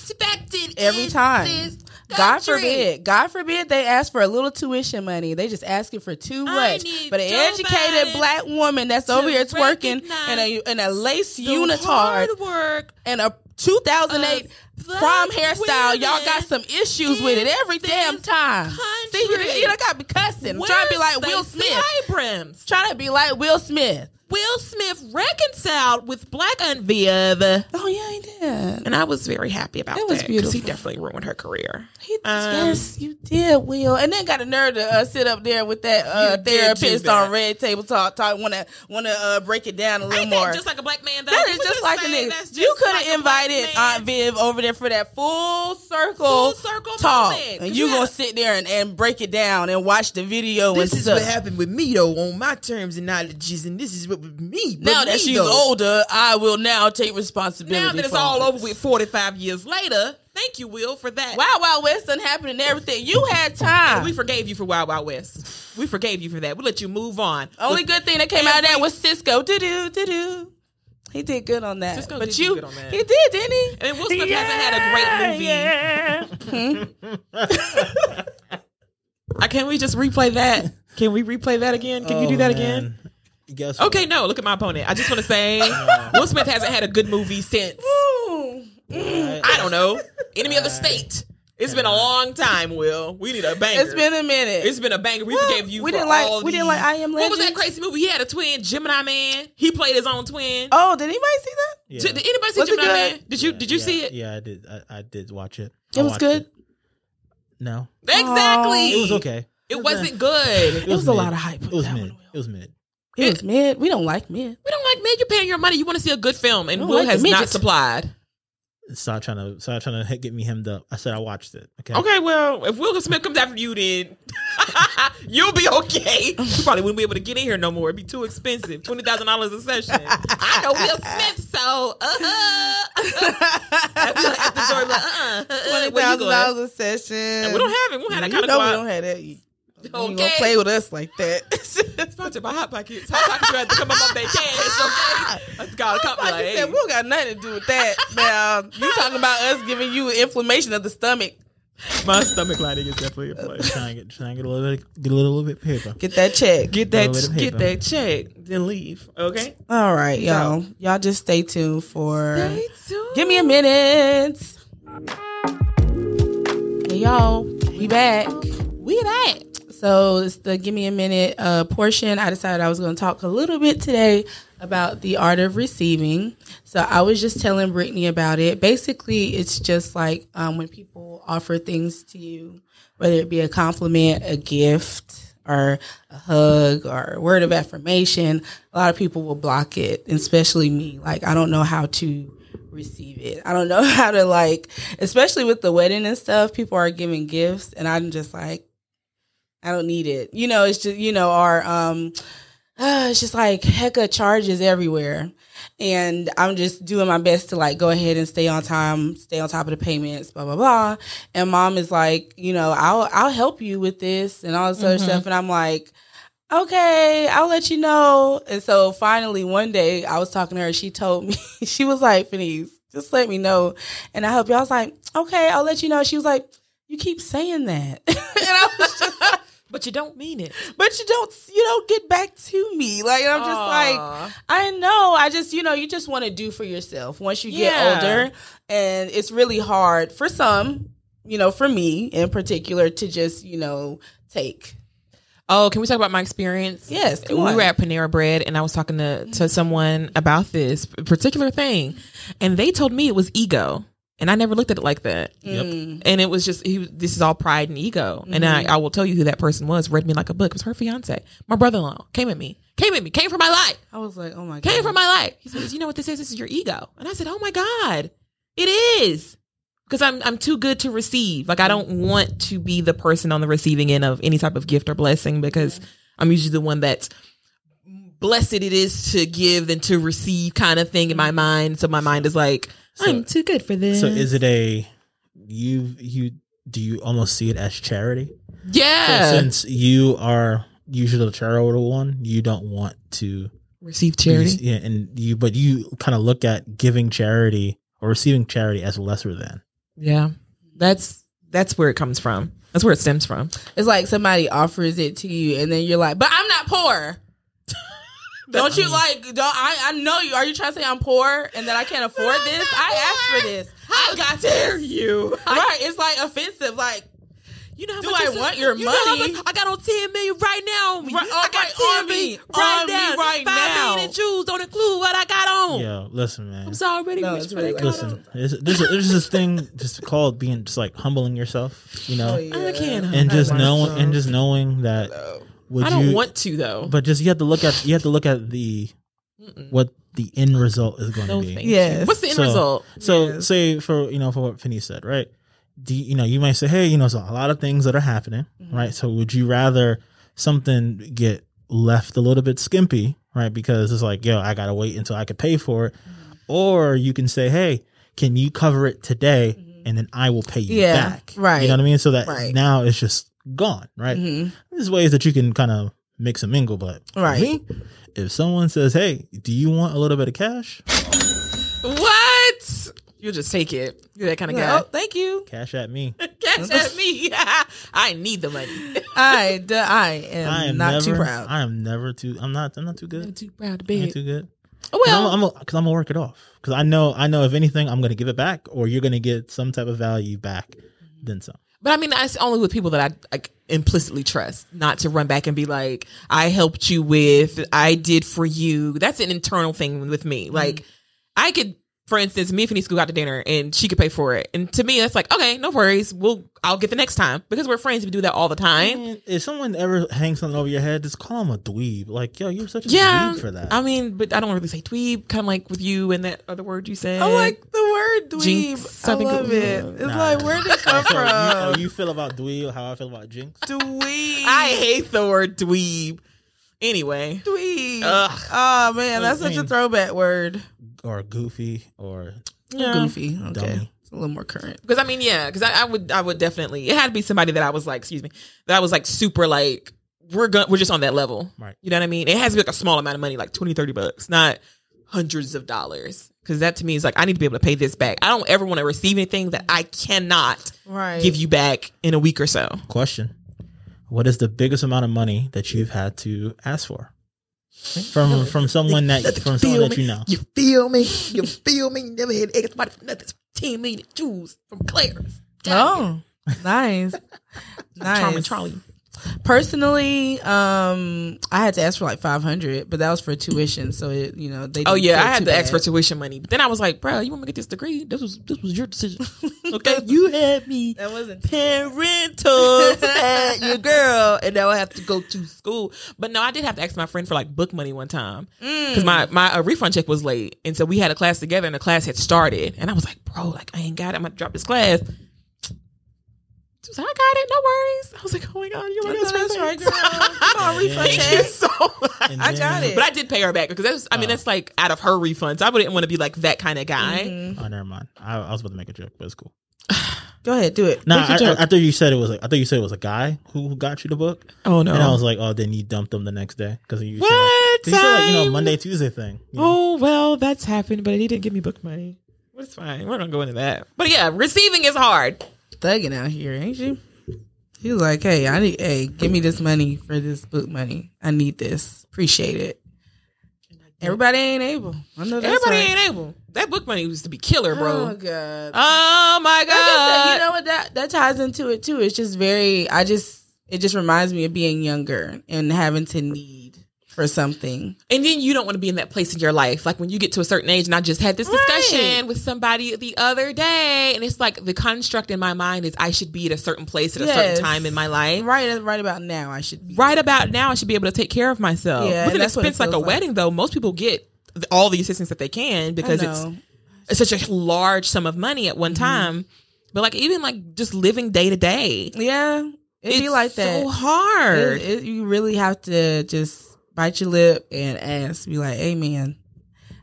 disrespected
Every
in
time.
this
God
country.
forbid, God forbid they ask for a little tuition money. They just asking for too
I
much.
need
But an educated
somebody
black woman that's over here twerking in
recognize
a in a lace
The
unitard
hard work
and a 2008
of black
prom hairstyle, y'all got
women
some issues with it every
in
damn
this
time. See, you,
country.
you done got me cussing. I'm trying to be
Where's
like Will
Stacey
Smith.
Abrams.
Trying to be like Will Smith.
Will Smith reconciled with Black Aunt Viv,
Oh yeah, he did.
and I was very happy about
That
that
was
because he
beautiful.
definitely ruined her career.
He,
Um,
yes, you did, Will. And then got a nerve to uh, sit up there with that
You
uh,
did do
therapist
that.
on Red Table Talk. Talk want to want to uh, break it down a little
Ain't
more.
that just like a black man? Though?
that is
People
just like a
say
nigga.
that's just
you could have
like a black
invited
man.
Aunt Viv over there for that full circle,
Full circle
talk,
moment. 'Cause
and you
you had
gonna
a-
sit there and, and break it down and watch the video
This
and
is
stuff.
what happened with me though, on my terms and knowledges, and this is what with me. but
now that
me,
she's
though.
older, I will now take responsibility.
Now that it's
for
all
it.
over with, forty five years later, Thank you, Will, for that.
Wild Wild West done happened and everything. You had time.
We forgave you for Wild Wild West. We forgave you for that. We let you move on.
Only good thing that came out of that was Cisco. Do do do do. He did good on that.
Cisco
but
did do
you,
good on that.
he did, didn't he?
And Will Smith hasn't had a great movie. I can't we just replay that? Can we replay that again? Can you do that again?
Oh, Guess what?
Okay, no. Look at my opponent. I just want to say Will Smith hasn't had a good movie since
Ooh.
I don't know Enemy of the State. It's been a long time, Will. We need a banger.
It's been a minute.
it's been a banger. We forgave you.
we
for
didn't like-
all
we didn't
these-
like I Am
What was that
Legend?
crazy movie? He had a twin, Gemini Man. He played his own twin.
oh, did anybody see that?
Yeah.
Did, did anybody see
Was it
Gemini
good?
Man? Did you Did you
Yeah,
see it?
Yeah, I did. I, I did watch it.
It
I
was
watched
good?
No,
Exactly.
Aw.
it was okay.
It wasn't good.
It
was a
mid.
lot of hype
It
with
was
that
mid.
one, Will.
It was mid.
It was mid. We don't like mid.
We don't like man. You're paying your money. You want to see a good film, and
don't
Will
like the
has not
midget.
supplied.
Stop trying to stop trying to get me hemmed up. I said I watched it. Okay.
Okay, well, if Will Smith comes after you, then you'll be okay. You probably wouldn't be able to get in here no more. It'd be too expensive. Twenty thousand dollars a session. I know Will Smith, so uh-huh. I'd be like at the door, like, uh-uh, uh-uh, where
Twenty
you
thousand
going?
dollars a session.
We don't have it. We don't have that
you
kind
know we
of
don't have that. You you
Okay.
ain't gonna play with us like that.
Sponsored by Hot Pockets. Hot Pockets had to come up on their cash. Okay, let's go.
Like
Come like,
I
hey.
said, we don't got nothing to do with that. now you talking about us giving you inflammation of the stomach.
my stomach lighting is definitely a place.
Trying to get trying to get a little bit get a little bit paper.
Get that check.
Get
Throw it
that,
in
get
paper.
that check, then leave. Okay.
All right, y'all. Y'all just stay tuned for. Give me a minute. Hey, y'all, we back.
We back.
So it's the give me a minute uh, portion. I decided I was going to talk a little bit today about the art of receiving. So I was just telling Brittany about it. Basically, it's just like um, when people offer things to you, whether it be a compliment, a gift, or a hug, or a word of affirmation. A lot of people will block it, especially me. Like I don't know how to receive it. I don't know how to like, especially with the wedding and stuff. People are giving gifts, and I'm just like. I don't need it. You know, it's just you know, our um uh, it's just like hecka charges everywhere. And I'm just doing my best to like go ahead and stay on time, stay on top of the payments, blah blah blah. And mom is like, you know, I'll I'll help you with this and all this other stuff. And I'm like, okay, I'll let you know. And so finally one day I was talking to her, she told me, she was like, Phineas, just let me know. And I help you. I was like, okay, I'll let you know. She was like, you keep saying that. and I was just like,
But you don't mean it.
but you don't you don't get back to me. Like I'm just
Aw.
like I know. I just you know you just want to do for yourself once you
Yeah.
get older, and it's really hard for some. You know, for me in particular, to just you know take.
Oh, can we talk about my experience?
Yes,
We
come on.
were at Panera Bread and I was talking to, to someone about this particular thing. And they told me it was ego. And I never looked at it like that.
Yep.
Mm.
And it was just, he, was- this is all pride and ego. And I, I will tell you who that person was. Read me like a book. It was her fiance. My brother in law came at me, came at me, came for my life,
I was like, oh my god,
came for my life. He says, You know what this is? This is your ego. And I said, Oh my God, it is. Because I'm, I'm too good to receive. Like, I
Mm.
don't want to be the person on the receiving end of any type of gift or blessing because I'm usually the one that's blessed it is to give than to receive kind of thing in
Mm.
my mind. So my mind is like, I'm too good for this.
So is it a you you do you almost see it as charity? So
Yeah.
since you are usually the charitable one, you don't want to
receive
you-
charity.
yeah, and you but you kind of look at giving charity or receiving charity as lesser than.
Yeah. That's that's where it comes from. That's where it stems from.
it's like somebody offers it to you, and then you're like, but I'm not poor. don't you like? Don't I? I know you. Are you trying to say I'm poor and that I can't afford this? I asked for this. I got
dare
this.
you?
Right? It's like offensive. Like
You know how
Do
much
I
this is-
want your
you know how
money?
much- I got on ten million right now. On me.
Right-
I got
right
ten
on
million
me.
right
On me
now.
right
Five
now.
million in shoes don't include what I got on.
Yo, listen, man.
Oh. I'm so already
No,
rich
it's
for that
really-
kind of-
Listen, there's, there's, a, there's this thing just called being just like humbling yourself, you know,
I can't.
and
huh?
just
I
knowing and just knowing that would
I don't
you,
want to though.
but just you have to look at you have to look at the what the end result is going
no
to be.
thank
Yes.
you. What's the end
So-
result?
So say for you know for what Finney said, right? Do you, you know you might say, hey, you know, so a lot of things that are happening,
Mm-hmm.
right? So would you rather something get left a little bit skimpy, right? Because it's like, yo, I
Mm-hmm.
gotta wait until I could pay for it, or you can say, hey, can you cover it today? and then I will pay you
Mm-hmm. Yeah,
back.
right.
You know what I mean? So that
Right.
now it's just gone, right?
Mhm.
There's ways that you can kind of mix and mingle, but for
Right.
me, if someone says, "Hey, do you want a little bit of cash?"
What? You'll just take it. You're that kind of
Yeah,
guy.
oh, thank you.
Cash at me.
Catch at me. I need the money.
I, d- I am
I am
not
never,
too proud.
I am never too. I'm not. I'm not too good.
too proud to
I
be.
ain't too good.
Well,
Well, I'm because I'm gonna work it off. Because I know, I know. If anything, I'm gonna give it back, or you're gonna get some type of value back,
Mm-hmm.
then some.
But I mean, that's only with people that I like implicitly trust, not to run back and be like, I helped you with, I did for you. That's an internal thing with me. Like, I could, for instance, me and Finisco got to dinner and she could pay for it. And to me, that's like, okay, no worries. We'll, I'll get the next time because we're friends. We do that all the time.
And if someone ever hangs something over your head, just call them a dweeb. Like, yo, you're such a
Yeah.
dweeb for that.
I mean, but I don't really say dweeb, kind of like with you and that other word you said.
Oh, I like the word dweeb.
Jinx.
I
I think it-
love it. It's
Nah.
like where did it come
so you, how
from?
you feel about dweeb? How I feel about jinx?
Dweeb.
I hate the word dweeb. Anyway.
dweeb.
Ugh.
Oh man, that's
I
such a
mean-
throwback word.
Or goofy? Or
Goofy. Okay,
Dummy.
it's a little more current.
Because I mean, yeah, because I, I would, I would definitely. It had to be somebody that I was like, excuse me, that I was like super like we're going, we're just on that level,
Right.
You know what I mean? It has to be like a small amount of money, like 20, 30 bucks, not hundreds of dollars. Because that to me is like I need to be able to pay this back. I don't ever want to receive anything that I cannot
Right.
give you back in a week or so.
question: What is the biggest amount of money that you've had to ask for from from someone that from someone that you know?
You feel me? You feel me? Never had to ask somebody for nothing. Ten million jewels from Claire's.
Oh, nice.
Charming
nice.
Charlie.
Personally, um, I had to ask for like five hundred, but that was for tuition. So it, you know, they.
Oh
didn't
yeah,
feel
I had
too
to ask
bad.
for tuition money, but then I was like, bro, you want me to get this degree? This was this was your decision. Okay,
You had me.
That wasn't.
parental at your girl, and now I have to go to school. But no, I did have to ask my friend for like book money one time because my my uh, refund check was late, and so we had a class together, and the class had started, and I was like, bro, like I ain't got it, I'm gonna drop this class. She was like, I got it, no worries. I was like, oh my god, you're my
That's
best friend.
right, girl. Come on,
Yeah.
refund
Thank you
check.
so much.
And
I got it.
But I did pay her back because that's I mean
Oh.
that's like out of her refunds. I wouldn't want to be like that kind of guy.
Oh, never mind. I, I was about to make a joke, but it's cool.
Go ahead, do it.
No,
Make a
I,
joke.
I, I thought you said it was. Like, I thought you said it was a guy who who got you the book,
Oh no.
and I was like, oh, then you dumped them the next day because you said-
what?
'cause you said like you know
time?
Monday Tuesday thing. you know?
Oh well, that's happened, but he didn't give me book money. It's fine. We're gonna go into that. But yeah, receiving is hard.
Thugging out here, ain't you? He was like, "Hey, I need. Hey, give me this money for this book money. I need this. Appreciate it." Everybody ain't able. I know that's
Everybody
right.
ain't able. That book money used to be killer,
Oh
bro.
god. Uh,
Oh, my
Like I said,
god.
you know what that that ties into it too. It's just very. I just it just reminds me of being younger and having to need for something.
and then you don't want to be in that place in your life. Like when you get to a certain age, and I just had this discussion with somebody the other day, and it's like the construct in my mind is I should be at a certain place at a
Yes.
certain time in my life.
Right, right about now, I should be
right about now, I should be able to take care of myself.
Yeah,
With an
that's what it
expense like a
feels like.
wedding, though, most people get th- all the assistance that they can
I
because it's
know.
it's such a large sum of money at
Mm-hmm.
one time. But like even like just living day to day,
yeah. It'd
it's
be like that.
so hard.
It- it- you really have to just bite your lip and ask. Be like, "Hey, man,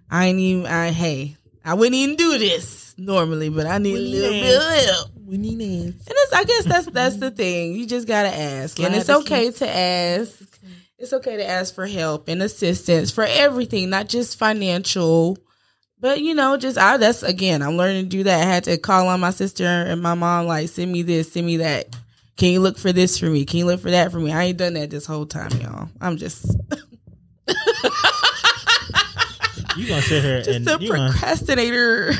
I ain't even. I hey, I wouldn't even do this normally, but I need a little bit of help."
We need
And it's, I guess that's that's the thing. You just gotta ask, and
Gotta
it's okay to ask. It's okay to ask for help and assistance for everything, not just financial, but you know, just I. That's again, I'm learning to do that. I had to call on my sister and my mom, like, send me this, send me that. Can you look for this for me? Can you look for that for me? I ain't done that this whole time, y'all. I'm just
Oh.
You gonna sit here
just
and
a
you gonna,
procrastinator.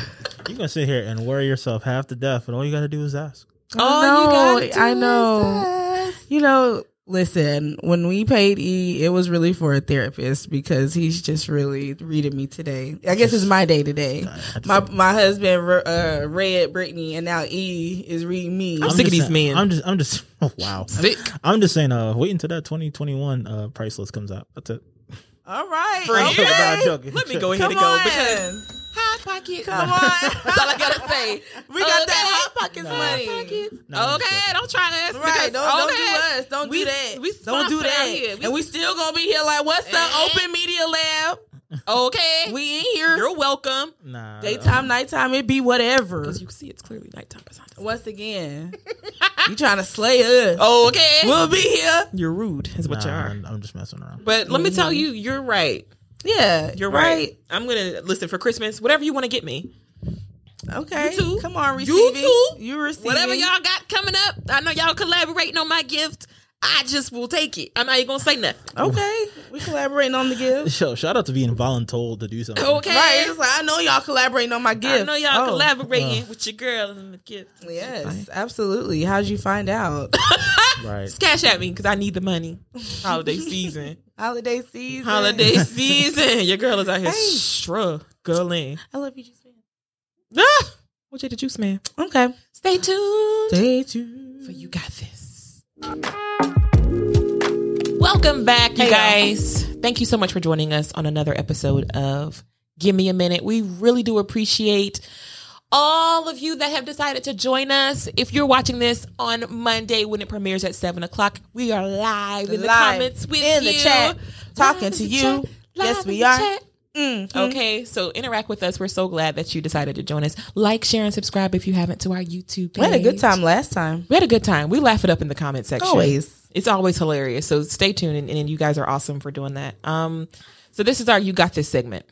you gonna sit here and worry yourself half to death, and all you gotta do is ask.
Oh,
All you gotta do
I know. You know, listen, when we paid E, it was really for a therapist because he's just really reading me today. I guess it's my day today. My my husband re- uh, read Brittany, and now E is reading me.
I'm sick of
just
these
saying-
men.
I'm just, I'm just, oh, wow.
sick.
I'm just saying, uh, wait until that 2021 uh price list comes out. That's it.
All right,
For
okay.
you.
I'm joking.
Let me go ahead
Come
and go
on.
because hot pocket.
Come on.
That's all I gotta say.
we got
Okay.
that hot pockets
Nah.
money.
No, I'm just
okay,
joking.
don't try to ask
Right,
because-
don't, don't
okay.
do us. Don't
We-
do that. don't
we
do
sponsored out
that.
here. We-
and we still gonna be here like, what's the
Eh.
open media lab?
Okay.
We in here.
You're welcome.
Nah.
Daytime, nighttime, it be whatever.
As you can see, it's clearly nighttime. It's not-
Once again, you trying to slay us.
Oh. Okay.
We'll be here.
you're rude, is
Nah,
what you are.
I'm, I'm just messing around.
But let me tell you, you're right.
Yeah.
You're right. I'm gonna listen for Christmas. Whatever you want to get me,
Okay.
You too.
Come on,
You
receiving.
too.
You receiving.
whatever y'all got coming up. I know y'all collaborating on my gift. I just will take it. I'm not even gonna say nothing.
Okay. We collaborating on the gift.
Yo, shout out to being voluntold to do something.
Okay.
Right. It's like, I know y'all collaborating on my gift.
I know
Oh.
y'all collaborating with your girl and the gift.
Yes, absolutely. How'd you find out?
Right.
Just cash at me because I need the money. Holiday season.
Holiday season.
Holiday season. Your girl is out here
Hey.
struggling.
I love you, just man.
Ah! What you the juice man?
Okay.
Stay tuned.
Stay tuned.
for you got this. Welcome back, you
Hey, y'all.
guys. Thank you so much for joining us on another episode of Give Me a Minute. We really do appreciate all of you that have decided to join us. If you're watching this on Monday when it premieres at seven o'clock, we are live in the
Live
comments with
in the
you.
chat, talking
Live in
to
the
you.
chat,
Yes,
live
we
in the
are.
chat.
Mm, mm.
Okay, so interact with us. We're so glad that you decided to join us. Like, share, and subscribe if you haven't to our YouTube. Page.
We had a good time last time.
We had a good time. We laugh it up in the comment section.
Always.
It's always hilarious. So stay tuned and, and you guys are awesome for doing that. Um so this is our you got this segment.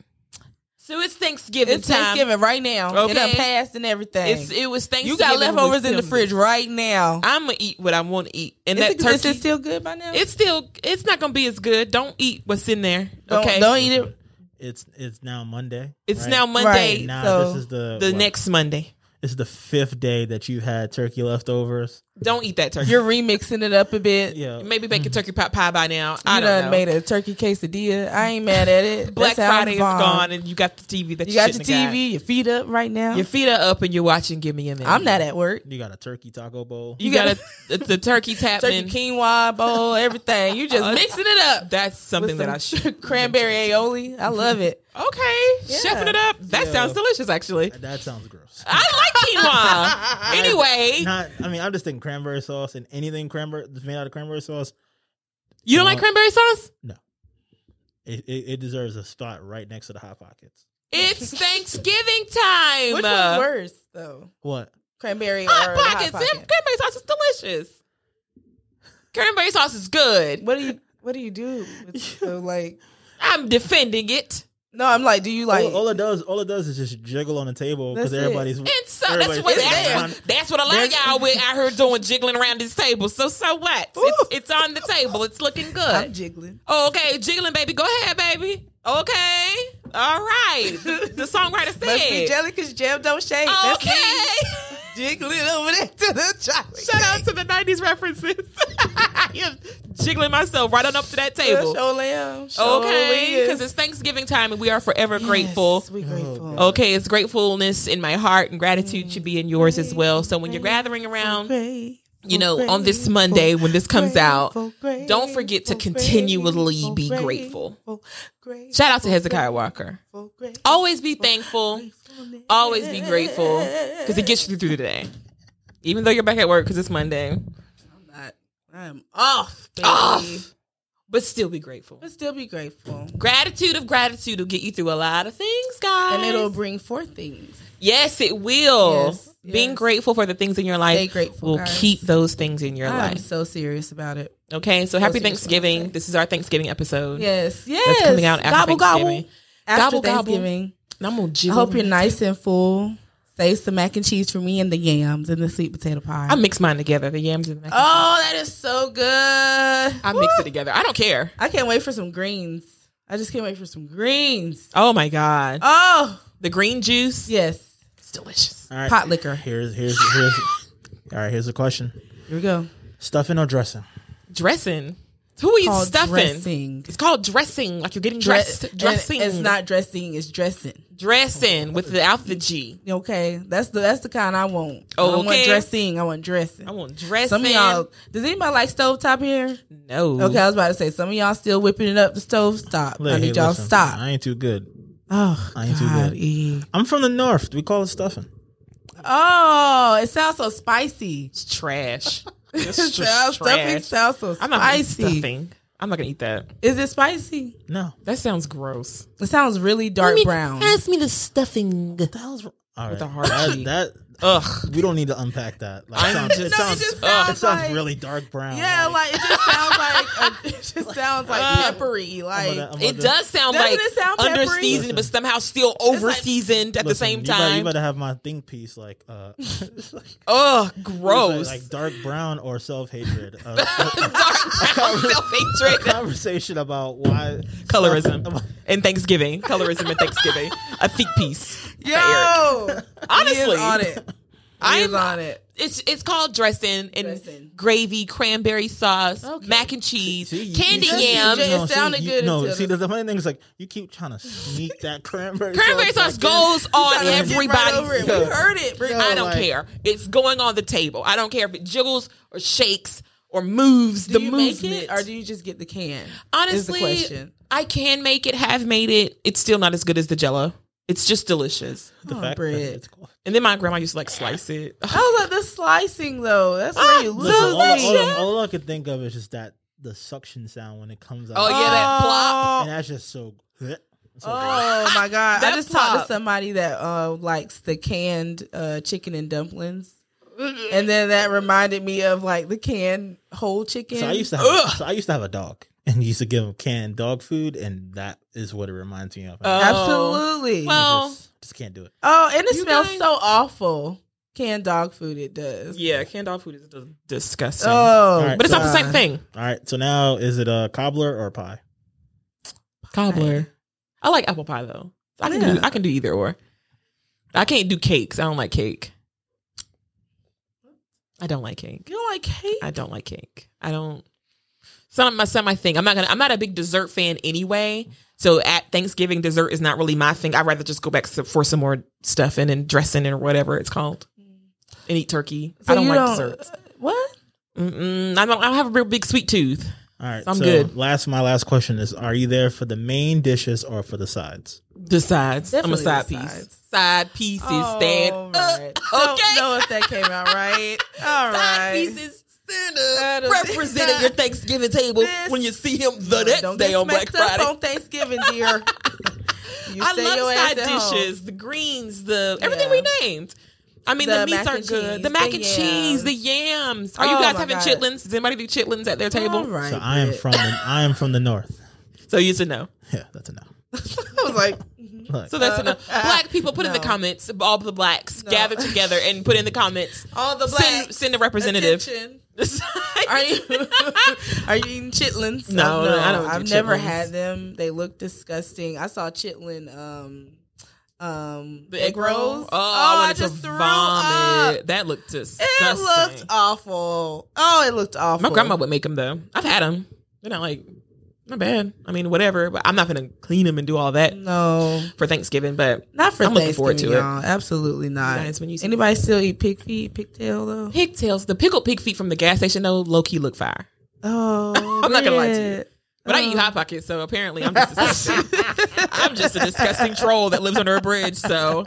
So it's Thanksgiving
It's
time.
Thanksgiving right now.
Okay.
It done passed and everything.
It's it was Thanksgiving.
you got
when we
leftovers in the
filmed
fridge
this.
right now.
I'm gonna eat what I want to eat. And
Is
that
it,
turkey
is it still good by now?
it's still it's not gonna be as good. Don't eat what's in there.
don't,
okay.
Don't eat it.
It's it's now Monday.
it's
right?
now Monday.
Right.
Now
so
this is the
The
what?
next Monday.
This is the fifth day that you had turkey leftovers.
Don't eat that turkey.
You're remixing it up a bit.
Yeah.
Maybe bake a turkey pot pie by now. I
You
don't
done
know.
made a turkey quesadilla. I ain't mad at it.
Black
That sounds
Friday is
bomb.
gone and you got the TV that
You
you,
got your
shouldn't have
TV, your feet up right now.
Your feet are up and you're watching. Give me a minute.
I'm not at work.
You got a turkey taco bowl.
You,
You
got
gotta-
a, the turkey
Turkey
tapping.
quinoa bowl, everything. You just
Uh,
mixing it up.
That's something
With
that I
some
should.
cranberry aioli. I love it.
Okay,
Yeah.
chefing it up. That
Yeah.
sounds delicious, actually.
That sounds gross.
I like quinoa. anyway,
Not. I mean, I'm just thinking cranberry sauce and anything cranberry that's made out of cranberry sauce.
you don't like cranberry sauce?
It, it, it deserves a spot right next to the hot pockets.
It's Thanksgiving time.
Which one's worse though?
What?
Cranberry or
Um, Hot
the
pockets.
Hot
Yeah,
pocket?
Cranberry sauce is delicious. Cranberry sauce is good.
What do you What do you do? with- So like,
I'm defending it.
no, I'm like, do you like?
all, all it does, all it does, is just jiggle on the table because
That's it.
everybody's.
And so
everybody's
that's what
sitting
there.
around.
that's, that's what a lot of
There's-
y'all with out here doing jiggling around this table. So so what? It's, it's on the table. It's looking
I'm
good. Oh,
jiggling.
Okay, jiggling, baby. Go ahead, baby. Okay. All right. The, the songwriter
Must be
said.
jelly because jam don't shake. That's me
Okay.
jiggling over there to the chocolate.
Shout out to the 90s references. I am jiggling myself right on up to that table.
Show lamb. Show
Okay. Because it's Thanksgiving time and we are forever grateful.
we grateful.
Okay, it's gratefulness in my heart and gratitude should be in yours as well. So when you're gathering around, you know, on this Monday when this comes out, don't forget to continually be grateful. Shout out to Hezekiah Walker. Always be thankful. Always be grateful because it gets you through the day. Even though you're back at work because it's Monday,
I'm off, baby.
Off. but still be grateful.
But still be grateful.
Gratitude of gratitude will get you through a lot of things, guys.
And it'll bring forth things.
yes, it will.
Yes,
Being
yes.
grateful for the things in your life
Stay grateful,
will
guys.
keep those things in your
I'm
life.
so serious about it.
Okay, so happy
Those are just what I
Thanksgiving.
say.
This is our Thanksgiving episode.
Yes, yes.
That's coming out after Thanksgiving.
After
Gobble, gobble.
Thanksgiving.
And I'm gonna
I
jiggle.
hope you're nice and full. Save some mac and cheese for me and the yams and the sweet potato pie.
I mix mine together. The yams and the mac and
oh, that is so good. I
cheese. I mix it together. I don't care.
I can't wait for some greens. I just can't wait for some greens.
Oh my god,
Oh,
the green juice.
yes.
It's delicious.
All right.
Pot liquor. Here
Here's here's here's. all right. Here's a question:
we go.
stuffing or dressing?
Dressing. Who are you
Called
stuffing?
dressing.
It's called dressing. Like you're getting
Dre-
dressed.
and
Dressing.
It's not dressing. It's dressing.
dressing with the outfit G.
Okay, that's the that's the kind I want. I don't
Okay.
want dressing. I want dressing.
I want dressing.
Some of y'all. Does anybody like stovetop here?
No.
Okay, I was about to say some of y'all still whipping it up the stove top.
Look,
I
hey,
need y'all
listen,
stop.
I ain't too good.
oh,
I ain't too
God,
good.
E.
I'm from the north. We call it stuffing.
Oh, it sounds so spicy.
It's
It
trash. It's just
sounds-
trash.
Stuffing sounds so
I'm not
spicy.
stuffing. I'm not gonna eat that.
Is it spicy?
No.
That sounds gross.
It sounds really dark brown.
Ask me the stuffing.
the hell's wrong? All
With
right.
the hard
that,
cheek.
that
Ugh.
we don't need to unpack that. Like,
I'm
sounds,
just-
it
No, it
sounds,
just
it sounds,
sounds like-
really dark brown.
Yeah, like it just sounds like a, it just sounds like
uh,
peppery.
I'm
Like
gonna- I'm
It
gonna-
does sound
Doesn't
like
it sound peppery?
under seasoned, but
Listen.
somehow still over seasoned at the
Listen,
same
you better-
time.
you better have my think piece like uh, it's like- it's
Ugh,
like,
gross.
like dark brown or self hatred. Uh,
Self hatred
conversation about why
Colorism. and Thanksgiving, colorism and Thanksgiving, a thick piece.
yo,
Honestly,
he is on it. I
I'm-
is on it.
It's it's called dressing and
Dressing.
gravy, cranberry sauce,
Okay.
mac and cheese,
See, you-
candy
you-
just-
yams.
It sounded
see,
good
You, no,
until
see
the-
the, the funny thing is like you keep trying to sneak that cranberry.
Cranberry
back
sauce
in.
goes on
Trying to get right over
everybody's
it. We heard it. Bri-
Yo,
I don't
like-
care. It's going on the table. I don't care if it jiggles or shakes or moves.
Do
the
you
movement.
make it or do you just get the can?
Honestly,
is the question.
I can make it. Have made it. It's still not as good as the Jello. It's just delicious.
The
Oh,
fact that
bread.
it's cool.
And then my grandma used to like slice it.
I was like Oh, the slicing though. That's
Ah,
where you lose
Listen, all,
it.
all-
oh,
all I could think of is just that the suction sound when it comes out.
Oh, yeah, that plop.
and that's just so. so
Oh my god!
That
I just
pop.
talked to somebody that uh, likes the canned uh, chicken and dumplings,
Mm-hmm.
and then that reminded me of like the canned whole chicken.
So I used to have, so I used to have a dog, and used to give him canned dog food, and that is what it reminds me of.
Oh.
I
absolutely.
Well-
just, just can't do it.
oh, and it
You
smells
guys-
so awful. Canned dog food, it does.
Yeah, canned dog food is d- disgusting.
Oh,
All right,
but it's not the same
God.
thing.
All right, so now is it a cobbler or a pie?
Cobbler. I like apple pie though. I can
Yeah.
do I can do either or. I can't do cakes. I don't like cake. I don't like cake.
You don't like cake?
I don't like cake. I don't. It's not my it's not my thing. I'm not gonna. I'm not a big dessert fan anyway. So at Thanksgiving, dessert is not really my thing. I'd rather just go back to, for some more stuff and then dressing and whatever it's called, and eat turkey.
So
I don't
you
like desserts.
What?
Mm-mm, I don't. I don't have a real big sweet tooth.
All right,
I'm
so
good.
Last, my last question is: Are you there for the main dishes or for the sides?
Besides,
Definitely
I'm a side
the
piece.
sides.
Side pieces stand
All
up.
right.
okay.
Don't know if that came out right. All
Side
right.
pieces stand up.
I don't think
Represent at
that-
your Thanksgiving table
This-
when you see him the next
don't
day
get
on Black
smacked up
Friday.
on Thanksgiving, dear. You
I
stay
love
your
side
ass at home.
dishes, the greens, the everything
Yeah.
we named. I mean, the,
The
meats
mac
are
and
good.
cheese,
the mac
the
and cheese, the yams. Are you
Oh
guys
my
having
God.
chitlins? Does anybody do chitlins at their table?
All right,
So I am
Brit.
from the, I am from the north.
So you should know.
Yeah, that's a no.
I was like,
Look,
So that's
Uh,
enough. Black people, put in the
no.
comments. All the blacks
No.
gather together and put in the comments.
all the
Send,
blacks.
send a representative.
attention. Are you
I
are you eating chitlins?
No,
Oh,
I don't do
I've never
chitlins.
had them. They look disgusting. I saw chitlin. Um, um,
the egg rolls.
Oh,
Oh, I wanted
just
to
threw
vomit.
up.
That looked disgusting.
It looked awful. Oh, it looked awful.
My grandma would make them though. I've had them. They're not like not bad. I mean, whatever. But I'm not gonna clean them and do all that
No,
for Thanksgiving. But
not for
I'm looking forward
Thanksgiving,
to it.
y'all. Absolutely not.
Guys, when you see-
Anybody still eat pig feet, pigtail though?
pigtails, the pickled pig feet from the gas station though, low key look fire.
Oh,
I'm not gonna lie to you.
Brit.
But I
Oh.
eat hot pockets, so apparently I'm just disgusting. I'm just a disgusting troll that lives under a bridge. So,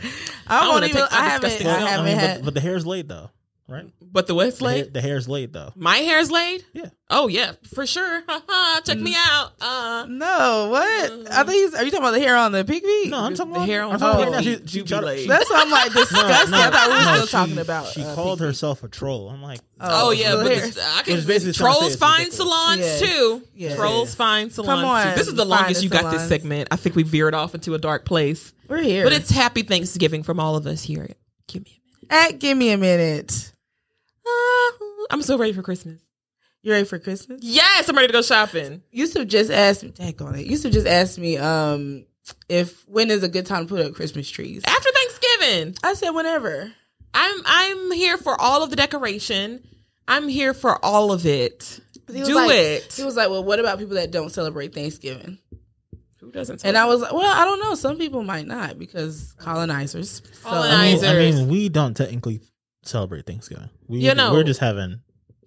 I
I
won't
wanna
even.
take my
I haven't.
disgusting
I
self. I
haven't
mean,
had.
but, but the hair's laid though, right?
but the what's
The hair-
laid?
the hair's laid though.
My hair's laid.
Yeah.
Oh yeah, for sure. Check me
Mm.
out. Uh,
No, what? I think he's, are you talking about the hair on the pig feet?
No, I'm talking
the
about
hair on
I'm talking
her
about
feet
she- she
do be
tried to-
laid.
That's why I'm like
No,
disgusted. I
no,
thought we were
no,
still
she-
talking about.
She
uh,
called
pig feet.
herself a troll. I'm like,
oh,
Oh,
yeah,
the
but
hair.
this- I can
It's basically trying to say
trolls
it's
find
ridiculous.
salons
Yes.
too.
Yes.
Trolls
Yes.
find salons too.
on,
This is the
find
longest
the
you got this
salons.
segment. I think we veered off into a dark place,
We're here.
but it's happy Thanksgiving from all of us here. at Give me.
at. Give me a minute.
A
Uh,
minute. I'm so ready for Christmas.
You ready for Christmas?
Yes, I'm ready to go shopping.
Yusuf just asked me. Dang on it. Yusuf just asked me. Um, if when is a good time to put up Christmas trees?
After Thanksgiving,
I said whenever.
I'm I'm here for all of the decoration. I'm here for all of it.
He was
Do
like-
it.
He was like, "Well, what about people that don't celebrate Thanksgiving?"
Who doesn't?
And I was like, "Well, I don't know. Some people might not because colonizers. So,
I
Colonizers.
mean, I mean, we don't technically celebrate Thanksgiving. We,
You know-
we're just having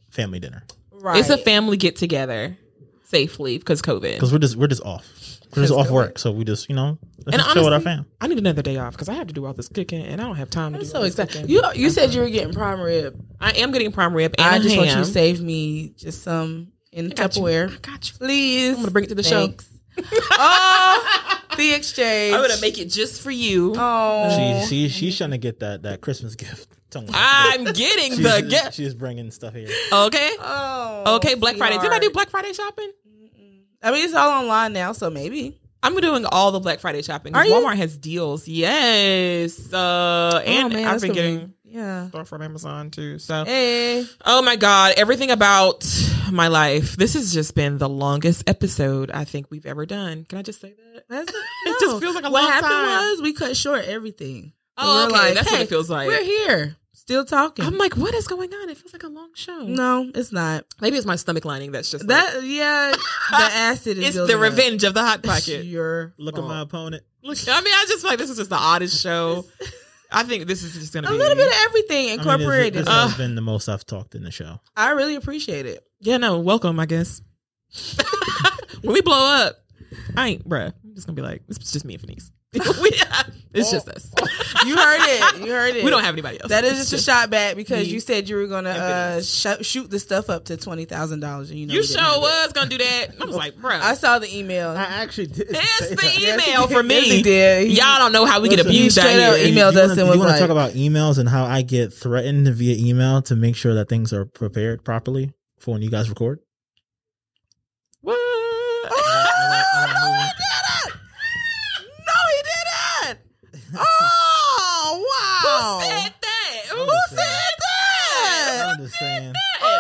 family dinner
right.
It's a family get together safely because COVID.
because we're just we're just off. We're just off work, so we just you know let's
And
just chill with our
honestly-
fam.
I need another day off because I have to do all this cooking and I don't have time to
I'm
do
so
all this
excited.
cooking.
You you said you were getting prime rib.
I am getting prime rib and
I just
ham.
want you to save me just some. in
got you.
Tupperware.
I got you.
Please.
I'm gonna bring it to the show.
Thanks. oh, the exchange.
I'm gonna make it just for you.
Oh,
She, she, she's trying to get that, that Christmas gift. Don't worry.
I'm getting
she's,
the gift.
she's bringing stuff here.
Okay.
oh.
Okay, Black Friday. Did I do
sweetheart.
Black Friday shopping?
I mean, it's all online now, so maybe.
I'm doing all the Black Friday shopping.
Are you?
Walmart has deals. Yes. Uh, and
oh, man,
I've
that's
been
gonna
getting
be- yeah.
stuff from Amazon too. So,
Hey,
oh my God, everything about my life. This has just been the longest episode I think we've ever done. Can I just say that?
that's,
It
no.
just feels like a
what
long
happened
time.
was we cut short everything. So
Oh,
we're
okay.
like,
That's what
hey,
it feels like.
We're here, still talking.
I'm like, what is going on? It feels like a long show.
no, it's not.
Maybe it's my stomach lining that's just like-
That yeah, the acid is
it's the
building up.
revenge of the hot
It's
pocket.
Your
Look at
fault.
my opponent.
Look, I mean, I just feel like this is just the oddest show. I think this is just gonna
a
be
little bit of everything
I mean, this-
incorporated. I,
this has been the most I've talked in the show.
really appreciate it.
Yeah, no, welcome, I guess. when we blow up, I ain't, bruh, I'm just gonna be like, it's just me and Phineas. We- it's just us.
You heard it. You heard it.
We don't have anybody else.
That is
It's
just a shot back because
me
you said you were gonna uh,
and
sh- shoot the stuff up to twenty thousand dollars, and you know
You
we didn't
sure
have it.
was gonna do that. I was like, bruh.
I saw the email.
actually did.
it's the
Yes, he
email
did.
for
Yes, he
me.
did. He-
Y'all don't know how we get
Listen, he
abused out
straight up
here.
emailed us and was
You want
like-
to talk about emails and how I get threatened via email to make sure that things are prepared properly for when you guys record?
What?
Oh, he did it! No, he didn't. Oh
Who
wow!
said that?
I'm
Who
just
said
saying.
that?
I'm just saying.
Oh,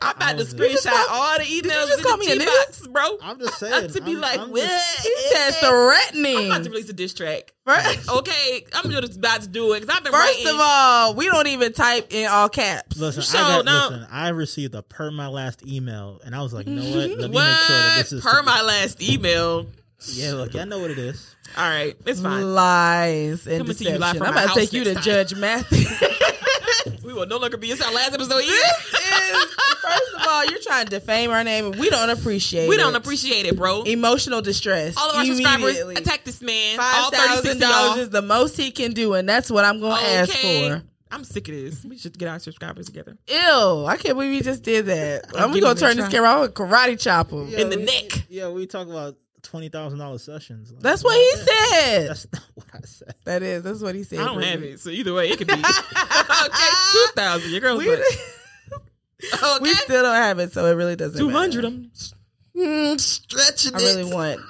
I'm
I
about to
was just- You
just
screenshot
call-
all the emails
just
in
call
the
me a nigga?
G-Box, bro.
I'm just saying.
to be
I'm-
like,
I'm
what?
just-
He
is
said
that?" I'm about to
threatening.
release a diss track.
First,
Okay, I'm just about to do it because I've been
first
writing.
of all, we don't even type in all caps.
Listen,
So,
I got,
now-
listen, I received a per my last email, and I was like, you know what? Let me make sure that this
What?
is
per my last email.
Yeah, look, I know what it is.
All right, it's fine.
Lies and
Coming to you
deception.
live from
I'm
my
about to
house
take you to
next time.
Judge Matthew.
We will no longer be. It's our last episode.
this
Either.
is first of all, you're trying to defame our name, and we don't appreciate.
We
it.
don't appreciate it, bro.
emotional distress.
All of our subscribers
immediately.
attack this man. all
Five
36
thousand
of
dollars
y'all.
is the most he can do, and that's what I'm going to ask for.
I'm sick of this. We should get our subscribers together.
Ew! I can't believe you just did that. I'm,
giving
gonna
it a
turn this
try.
camera. I'm gonna karate chop him.
In the neck.
Yeah, we talk about twenty thousand dollars sessions. Like,
That's what he
yeah,
said.
That's not what I said.
That is. That's what he said.
I don't have
Brittany.
it, so either way, it could be okay. Two thousand. Your girl's
We,
like,
we
okay.
still don't have it, so it really doesn't.
Two hundred.
matter.
I'm mm, stretching
I
it.
really want.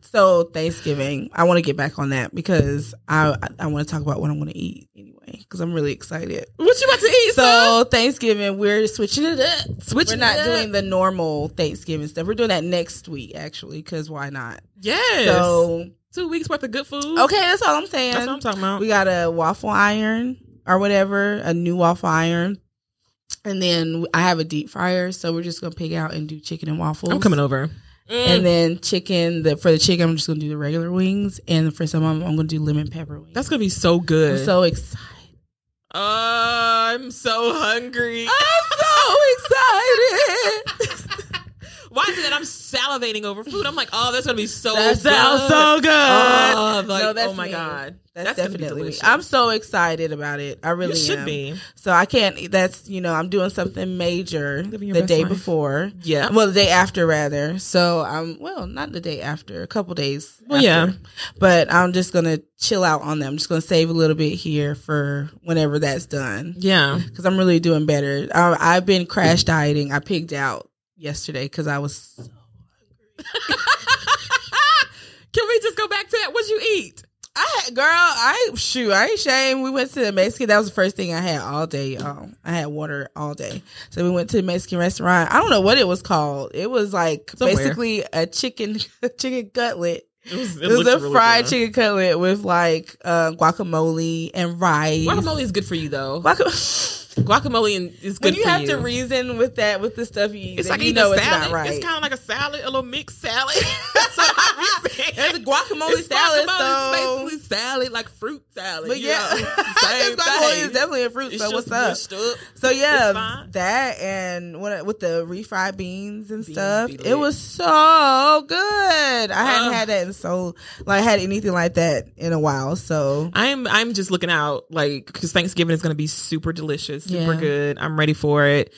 So Thanksgiving, I want to get back on that because I I, I want to talk about what I'm going to eat anyway because I'm really excited.
What you about to eat? son?
So Thanksgiving, we're switching it up.
Switching
we're not
it up.
doing the normal Thanksgiving stuff. We're doing that next week actually because why not?
yes.
So
two weeks worth of good food.
okay, that's all I'm saying.
That's what I'm talking about.
We got a waffle iron or whatever, a new waffle iron. And then I have a deep fryer, so we're just gonna pick out and do chicken and waffles.
I'm coming over.
And then chicken, the for the chicken, I'm just gonna do the regular wings, and for some, I'm, I'm gonna do lemon pepper wings.
That's gonna be so good.
I'm so excited!
Uh, I'm so hungry.
I'm so excited!
Why is it that I'm salivating over food? I'm like, oh, that's gonna be so.
That
good.
sounds so good.
Oh, like,
Uh, No, that's
oh my
me.
god,
That's,
gonna be
definitely me.
delicious.
I'm so excited about it. I really
you should
am.
be.
So I can't. That's you know, I'm doing something major
Living your
the
best
day
life.
before.
Yeah.
Well, the day after, rather. So I'm well, not the day after, a couple days. after.
Well, yeah.
But I'm just gonna chill out on them. I'm just gonna save a little bit here for whenever that's done,
Yeah.
because I'm really doing better. I, I've been crash dieting. I pigged out yesterday because I was.
Can we just go back to that? What'd you eat?
I had, girl, I shoot, I ain't shame. We went to the Mexican. That was the first thing I had all day. Um, I had water all day. So we went to the Mexican restaurant. I don't know what it was called. It was like
Somewhere.
basically a chicken chicken cutlet.
It was,
It, was a fried chicken cutlet with like uh, guacamole and rice.
Guacamole is good for you though.
Guaca-
Guacamole and- is good
when you
for
have
you.
to reason with that with the stuff you eat,
it's
then
like
you
eating
know
a
it's
salad.
not right.
It's kind of like a salad, a little mixed salad. That's what I'm saying.
It's a guacamole
It's
salad,
guacamole, it's
so-
basically salad like fruit salad.
but
you
yeah,
know,
that's
same
guacamole
thing.
is definitely a fruit.
It's
So
just
what's up?
mushed up.
So
It's
yeah,
fine.
that and what with the refried beans and
Beans
stuff,
be
it
lit.
was so good. I hadn't
Ugh.
had that in so like had anything like that in a while. So
I'm I'm just looking out like because Thanksgiving is going to be super delicious, super
Yeah.
good. I'm ready for it.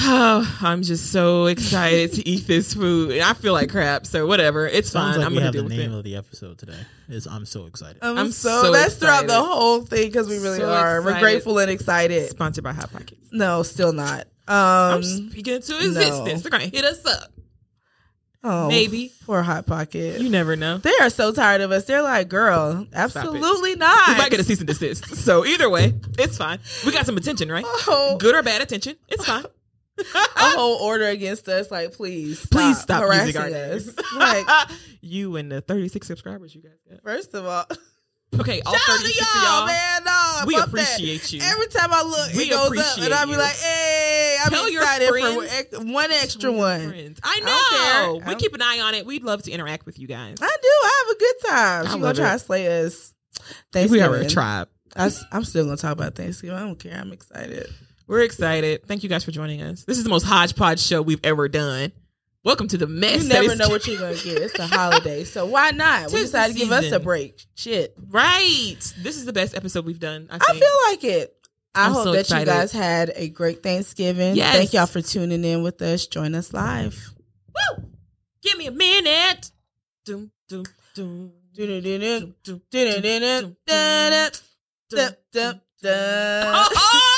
Oh, I'm just so excited to eat this food. And I feel like crap, so whatever. It's
Sounds
fine.
like
I'm
we
gonna
have
deal
the
with
name
it.
of the episode today. Is I'm so excited.
I'm,
I'm
so,
so
that's throughout the
excited.
whole thing because we really
So
are. We're
excited.
grateful and excited.
Sponsored by Hot Pockets.
No, still not.
I'm
Um,
speaking into existence. They're gonna hit us up.
oh,
Maybe.
poor hot pocket.
You never know.
they are so tired of us. They're like, girl, absolutely not.
We might get a cease and desist. So either way, it's fine. We got some attention, right?
Oh,
Good or bad attention, it's fine.
a whole order against us. Like, please, stop
Please stop
harassing
using our
us.
names.
like,
you and the 36 subscribers you guys got.
first of all,
Okay, all
shout out
36
to
of
y'all,
y'all.
man. No,
we
fuck that.
appreciate you.
Every time I look,
We
it goes up,
appreciate
and I'll be
you.
like, "Hey, I'm
Tell your
excited for
friends.
ex- one extra one."
Friends. I
I don't
know.
care. I
we
don't-
keep an eye on it. We'd love to interact with you guys.
I do. I have a good time.
I
She gonna
love
try to
it.
slay us.
We
Thanksgiving.
are a tribe.
I, am still gonna talk about Thanksgiving. I don't care. I'm excited.
We're excited. Thank you guys for joining us. This is the most hodgepodge show we've ever done. Welcome to the mess.
You
that
never
is-
know what you're gonna get. It's a holiday, so why not? We
Tis the
decided to give us a
season.
break. Shit,
right. This is the best episode we've done. I,
I
think.
feel like it. I
I'm
hope
so
that
excited.
you guys had a great Thanksgiving.
Yes.
Thank y'all for tuning in with us. Join us live.
Woo! Give me a minute. Doom, doom, doom.
Dun-dun-dun-dun.
doom, doom, doom, doom, doom.
Dun-dun-dun-dun. Dun-dun-dun.
Oh, oh!